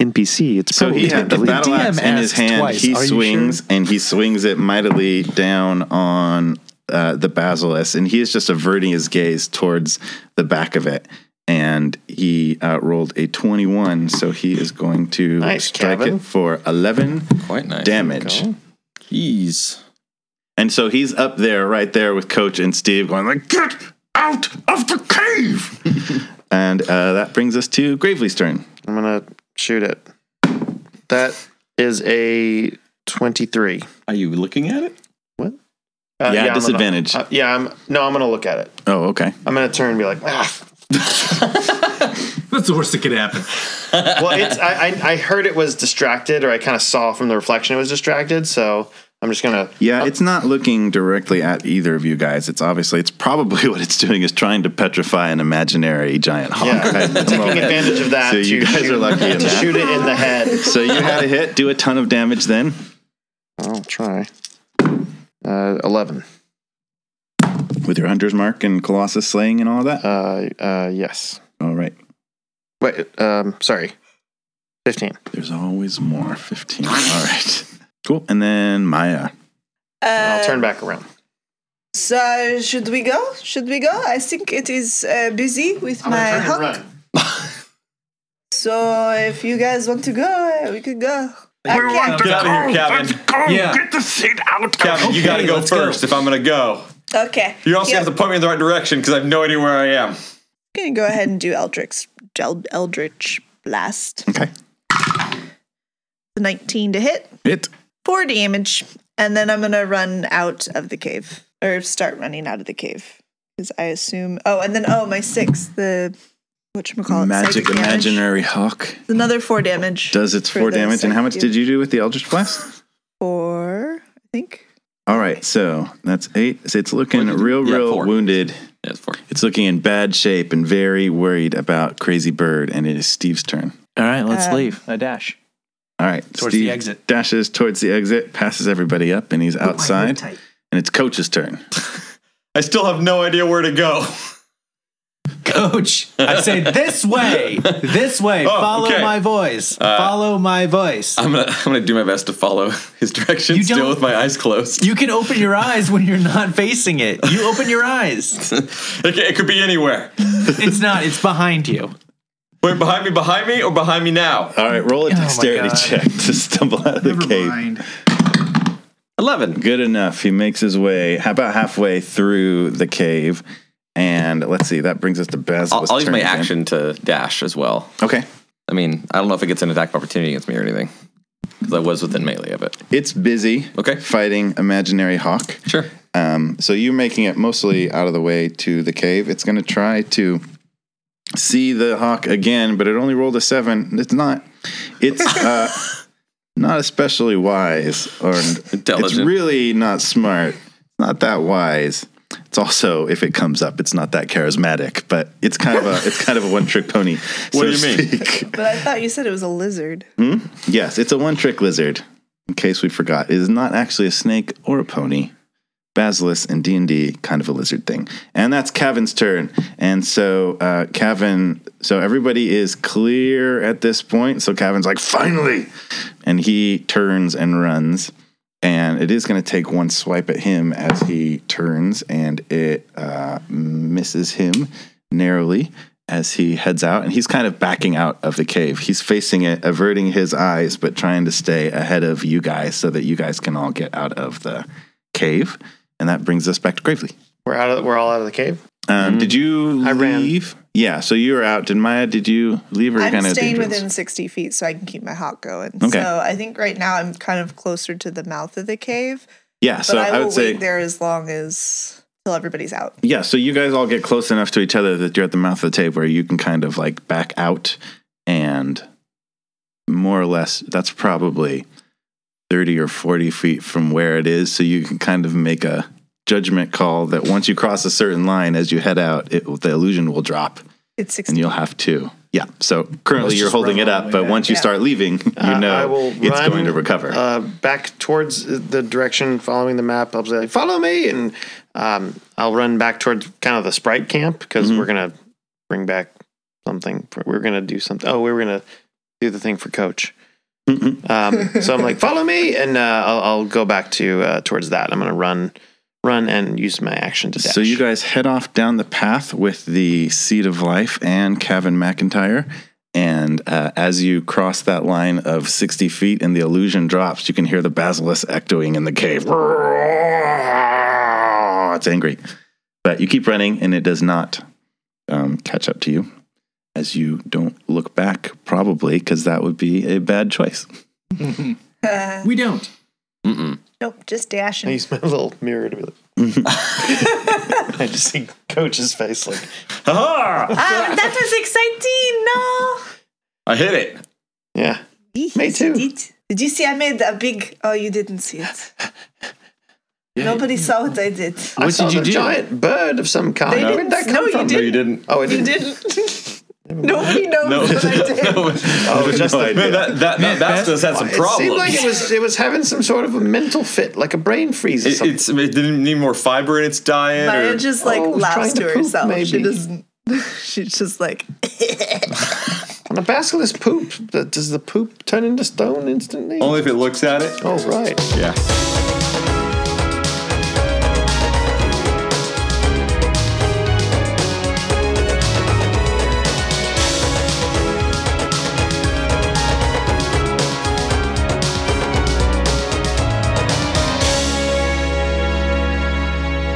[SPEAKER 8] NPC, it's
[SPEAKER 2] So
[SPEAKER 8] probably
[SPEAKER 2] he
[SPEAKER 8] time
[SPEAKER 2] had
[SPEAKER 8] to
[SPEAKER 2] Oh, the
[SPEAKER 8] leave.
[SPEAKER 2] battle
[SPEAKER 3] DM
[SPEAKER 2] axe in his
[SPEAKER 3] asked
[SPEAKER 2] hand.
[SPEAKER 3] twice,
[SPEAKER 2] he
[SPEAKER 3] "Are you
[SPEAKER 2] swings and he swings it mightily down on uh, the basilisk, and he is just averting his gaze towards the back of it. And he uh, rolled a twenty-one, so he is going to
[SPEAKER 8] Nice,
[SPEAKER 2] strike
[SPEAKER 8] Kevin.
[SPEAKER 2] it for eleven
[SPEAKER 7] Quite nice.
[SPEAKER 2] damage.
[SPEAKER 7] Jeez.
[SPEAKER 2] And so he's up there, right there with Coach and Steve, going like,
[SPEAKER 10] Get out of the cave.
[SPEAKER 2] and uh, that brings us to Gravely's turn.
[SPEAKER 8] I'm gonna shoot it. That is a 23.
[SPEAKER 12] Are you looking at it?
[SPEAKER 8] Uh,
[SPEAKER 2] Yeah,
[SPEAKER 8] I'm gonna-
[SPEAKER 2] disadvantage.
[SPEAKER 8] uh, yeah, I'm no, I'm gonna look at it.
[SPEAKER 2] Oh, okay.
[SPEAKER 8] I'm gonna turn and be like, ah.
[SPEAKER 9] [LAUGHS] That's the worst that could happen.
[SPEAKER 8] Well, it's I, I I heard it was distracted, or I kind of saw from the reflection it was distracted. So I'm just gonna
[SPEAKER 2] Yeah, it's not looking directly at either of you guys. It's obviously, it's probably [LAUGHS] what it's doing is trying to petrify an imaginary giant hawk. [LAUGHS]
[SPEAKER 8] yeah
[SPEAKER 2] at the
[SPEAKER 8] taking
[SPEAKER 2] moment.
[SPEAKER 8] advantage of that.
[SPEAKER 2] So you
[SPEAKER 8] to
[SPEAKER 2] guys
[SPEAKER 8] shoot,
[SPEAKER 2] are lucky in
[SPEAKER 8] to [LAUGHS]
[SPEAKER 2] that.
[SPEAKER 8] shoot it in the head.
[SPEAKER 2] So you had a hit, do a ton of damage then.
[SPEAKER 8] I'll try. Uh, Eleven.
[SPEAKER 2] With your hunter's mark and Colossus slaying and all that.
[SPEAKER 8] Uh, uh, yes.
[SPEAKER 2] All right.
[SPEAKER 8] Wait. Um, sorry. Fifteen.
[SPEAKER 2] There's always more. 15. All right. [LAUGHS] Cool. And then Maya.
[SPEAKER 8] I'll
[SPEAKER 4] Uh,
[SPEAKER 8] turn back around.
[SPEAKER 4] So should we go? Should we go? I think it is uh, busy with my hawk. So if you guys want to go, uh, we could go. I can't.
[SPEAKER 7] Get out of here, Kevin.
[SPEAKER 10] Go
[SPEAKER 3] Yeah.
[SPEAKER 10] get the seed out.
[SPEAKER 7] Kevin, you gotta go
[SPEAKER 3] let's go.
[SPEAKER 7] first if I'm gonna go.
[SPEAKER 4] Okay.
[SPEAKER 7] You also
[SPEAKER 4] Yeah.
[SPEAKER 7] have to point me in the right direction because I have no idea where I am.
[SPEAKER 4] gonna go ahead and do Eldritch, El- Eldritch Blast.
[SPEAKER 2] Okay.
[SPEAKER 4] The 19 to hit,
[SPEAKER 2] Hit.
[SPEAKER 4] four damage, and then I'm gonna run out of the cave or start running out of the cave because I assume. Oh, and then oh, my six, the what you call it,
[SPEAKER 2] Magic imaginary hawk
[SPEAKER 4] It's another four damage.
[SPEAKER 2] does its
[SPEAKER 4] for
[SPEAKER 2] four
[SPEAKER 4] the
[SPEAKER 2] damage. And how much
[SPEAKER 4] psychic.
[SPEAKER 2] did you do with the Eldritch Blast?
[SPEAKER 4] Four, I think.
[SPEAKER 2] All right, so that's eight. So it's looking real,
[SPEAKER 7] Yeah,
[SPEAKER 2] real
[SPEAKER 7] four.
[SPEAKER 2] wounded.
[SPEAKER 7] Yeah, it's four.
[SPEAKER 2] It's looking in bad shape and very worried about Crazy Bird, and it is Steve's turn.
[SPEAKER 3] All right, let's
[SPEAKER 4] Uh,
[SPEAKER 3] leave. I dash.
[SPEAKER 2] All right,
[SPEAKER 3] Towards the exit.
[SPEAKER 2] dashes towards the exit, passes everybody up, and he's outside. And it's Coach's turn.
[SPEAKER 7] I still have no idea where to go.
[SPEAKER 3] Coach, I say this way, this way.
[SPEAKER 7] Oh,
[SPEAKER 3] follow
[SPEAKER 7] okay. Uh,
[SPEAKER 3] my voice. follow my voice.
[SPEAKER 7] I'm gonna I'm gonna do my best to follow [LAUGHS] his directions,
[SPEAKER 3] You
[SPEAKER 7] still
[SPEAKER 3] don't-
[SPEAKER 7] with my eyes closed.
[SPEAKER 3] you can open your eyes when you're not facing it. You open your eyes.
[SPEAKER 7] [LAUGHS] it, it could be anywhere.
[SPEAKER 3] It's not. It's behind you.
[SPEAKER 7] Wait, behind me, behind me, or behind me now?
[SPEAKER 2] All right, roll a
[SPEAKER 3] Oh my
[SPEAKER 2] dexterity
[SPEAKER 3] God.
[SPEAKER 2] check to stumble out of the cave.
[SPEAKER 7] Eleven.
[SPEAKER 2] Good enough. He makes his way about halfway through the cave, and let's see. That brings us to
[SPEAKER 7] I'll,
[SPEAKER 2] Basil's
[SPEAKER 7] I'll use
[SPEAKER 2] turn
[SPEAKER 7] my
[SPEAKER 2] again.
[SPEAKER 7] action to dash as well.
[SPEAKER 2] Okay,
[SPEAKER 7] I mean, I don't know if it gets an attack of opportunity against me or anything, because I was within melee of it.
[SPEAKER 2] it's busy
[SPEAKER 7] Okay,
[SPEAKER 2] fighting imaginary hawk.
[SPEAKER 7] sure.
[SPEAKER 2] Um, so you're making it mostly out of the way to the cave. It's going to try to see the hawk again, but it only rolled a seven. It's not. It's uh, not especially wise, or it's
[SPEAKER 7] Intelligent.
[SPEAKER 2] really not smart. Not that wise. It's also, if it comes up, it's not that charismatic. But it's kind of a it's kind of a one trick pony. so
[SPEAKER 7] do you
[SPEAKER 2] to
[SPEAKER 7] mean?
[SPEAKER 2] speak.
[SPEAKER 4] But I thought you said it was a lizard.
[SPEAKER 2] Yes, it's a one trick lizard. In case we forgot, it is not actually a snake or a pony. Basilisk and D and D kind of a lizard thing, and that's Cavin's turn. And so uh, Cavin, so everybody is clear at this point. So Cavin's like, finally, and he turns and runs. And it is going to take one swipe at him as he turns, and it uh, misses him narrowly as he heads out. And he's kind of backing out of the cave. He's facing it, averting his eyes, but trying to stay ahead of you guys so that you guys can all get out of the cave. And that brings us back to Gravely.
[SPEAKER 5] We're out. Of, we're all out of the cave.
[SPEAKER 2] Um, Did you
[SPEAKER 5] I ran.
[SPEAKER 2] leave? Yeah, so you were out. Did Maya, did you leave or
[SPEAKER 4] I'm
[SPEAKER 2] kind of
[SPEAKER 4] staying within 60 feet so I can keep my hawk going.
[SPEAKER 2] Okay.
[SPEAKER 4] So I think right now I'm kind of closer to the mouth of the cave,
[SPEAKER 2] Yeah,
[SPEAKER 4] but
[SPEAKER 2] so
[SPEAKER 4] I
[SPEAKER 2] I,
[SPEAKER 4] will
[SPEAKER 2] would say
[SPEAKER 4] wait there as long as till everybody's out.
[SPEAKER 2] Yeah, so you guys all get close enough to each other that you're at the mouth of the tape where you can kind of like back out and more or less that's probably 30 or 40 feet from where it is. So you can kind of make a judgment call that once you cross a certain line as you head out, it, the illusion will drop
[SPEAKER 4] It's
[SPEAKER 2] and
[SPEAKER 4] 60.
[SPEAKER 2] you'll have to. Yeah, so currently
[SPEAKER 9] Let's
[SPEAKER 2] you're
[SPEAKER 9] just
[SPEAKER 2] holding
[SPEAKER 9] run
[SPEAKER 2] it
[SPEAKER 9] all the
[SPEAKER 2] up,
[SPEAKER 9] way
[SPEAKER 2] but
[SPEAKER 9] back.
[SPEAKER 2] once you
[SPEAKER 4] Yeah.
[SPEAKER 2] start leaving, you
[SPEAKER 5] Uh,
[SPEAKER 2] know
[SPEAKER 5] I will
[SPEAKER 2] it's
[SPEAKER 5] run,
[SPEAKER 2] going to recover.
[SPEAKER 5] Uh, back towards the direction, following the map. I'll be like, "Follow me," and um, I'll run back towards kind of the sprite camp because
[SPEAKER 2] Mm-hmm.
[SPEAKER 5] we're gonna bring back something. We're gonna do something. Oh, we were gonna do the thing for coach.
[SPEAKER 2] Mm-hmm.
[SPEAKER 5] Um, so I'm
[SPEAKER 2] [LAUGHS]
[SPEAKER 5] like, "Follow me," and uh, I'll, I'll go back to uh, towards that. I'm gonna run, run, and use my action to dash.
[SPEAKER 2] So you guys head off down the path with the Seed of Life and Kevin McIntyre. And uh, as you cross that line of 60 feet and the illusion drops, you can hear the basilisk echoing in the cave. It's angry. But you keep running and it does not um, catch up to you as you don't look back, probably, because that would be a bad choice.
[SPEAKER 3] We don't.
[SPEAKER 7] Mm-mm.
[SPEAKER 4] Nope, just
[SPEAKER 5] [LAUGHS] I
[SPEAKER 4] dashing.
[SPEAKER 5] use my little mirror to be like.
[SPEAKER 2] Mm-hmm.
[SPEAKER 5] [LAUGHS] I just see coach's face like.
[SPEAKER 4] Um, that was exciting. No.
[SPEAKER 7] I hit it.
[SPEAKER 5] Yeah. Me too.
[SPEAKER 4] Did, did you see I made a big. Oh, you didn't see it. Nobody saw what I did.
[SPEAKER 5] What did you do? Giant bird of some kind.
[SPEAKER 4] They
[SPEAKER 5] Where
[SPEAKER 4] didn't-
[SPEAKER 5] did that come
[SPEAKER 4] no, you
[SPEAKER 5] from?
[SPEAKER 4] didn't.
[SPEAKER 7] You didn't.
[SPEAKER 5] Oh, it
[SPEAKER 4] You
[SPEAKER 5] didn't.
[SPEAKER 4] didn't. [LAUGHS] Nobody knows
[SPEAKER 7] No,
[SPEAKER 4] what I did.
[SPEAKER 7] no,
[SPEAKER 5] Oh, just the-
[SPEAKER 7] man, that that that Bastos had some
[SPEAKER 5] it seemed
[SPEAKER 7] problems.
[SPEAKER 5] like it was it was having some sort of a mental fit, like a brain freeze or
[SPEAKER 7] It,
[SPEAKER 5] something.
[SPEAKER 7] it's it didn't need more fiber in its diet.
[SPEAKER 4] Maya
[SPEAKER 7] Or,
[SPEAKER 4] just like
[SPEAKER 5] Oh, I was
[SPEAKER 4] laughs
[SPEAKER 5] trying
[SPEAKER 4] to,
[SPEAKER 5] to poop,
[SPEAKER 4] herself. She
[SPEAKER 5] maybe.
[SPEAKER 4] doesn't. [LAUGHS] She's just like,
[SPEAKER 5] and a basilisk poop. th- Does the poop turn into stone instantly?
[SPEAKER 7] only if it looks at it.
[SPEAKER 5] oh right.
[SPEAKER 7] Yeah.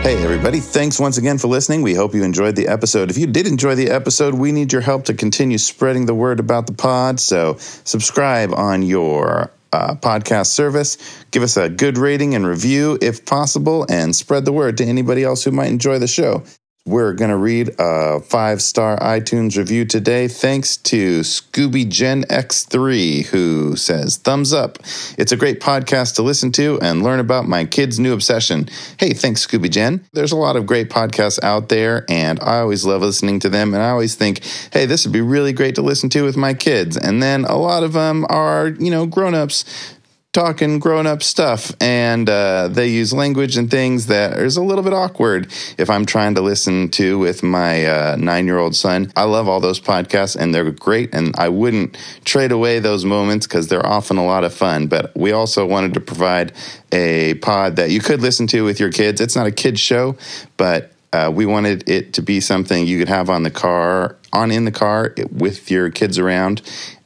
[SPEAKER 13] Hey, everybody. Thanks once again for listening. We hope you enjoyed the episode. If you did enjoy the episode, we need your help to continue spreading the word about the pod. So, subscribe on your uh, podcast service. Give us a good rating and review if possible, and spread the word to anybody else who might enjoy the show. We're going to read a five star iTunes review today, thanks to Scooby Gen X3, who says, Thumbs up. It's a great podcast to listen to and learn about my kid's new obsession. Hey, thanks, Scooby Gen. There's a lot of great podcasts out there, and I always love listening to them. And I always think, hey, this would be really great to listen to with my kids. And then a lot of them are, you know, grown ups talking grown up stuff, and uh, they use language and things that is a little bit awkward if I'm trying to listen to with my uh, nine year old son. I love all those podcasts, and they're great, and I wouldn't trade away those moments because they're often a lot of fun. But we also wanted to provide a pod that you could listen to with your kids. It's not a kids show, but uh, we wanted it to be something you could have on the car, on in the car with your kids around,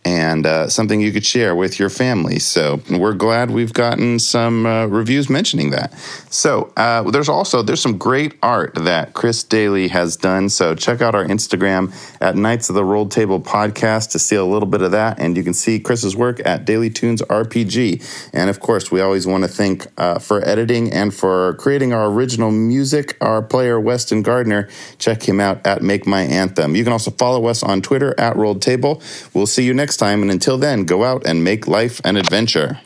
[SPEAKER 13] and uh, something you could share with your family. So we're glad we've gotten some uh, reviews mentioning that. So uh, there's also there's some great art that Chris Daly has done. So check out our Instagram at Knights of the Roll Table Podcast to see a little bit of that, and you can see Chris's work at Daily Tunes RPG. And of course, we always want to thank uh, for editing and for creating our original music. Our player Weston Gardner, check him out at Make My Anthem. You can also follow us on Twitter at Rolled Table. We'll see you next time, and until then, go out and make life an adventure.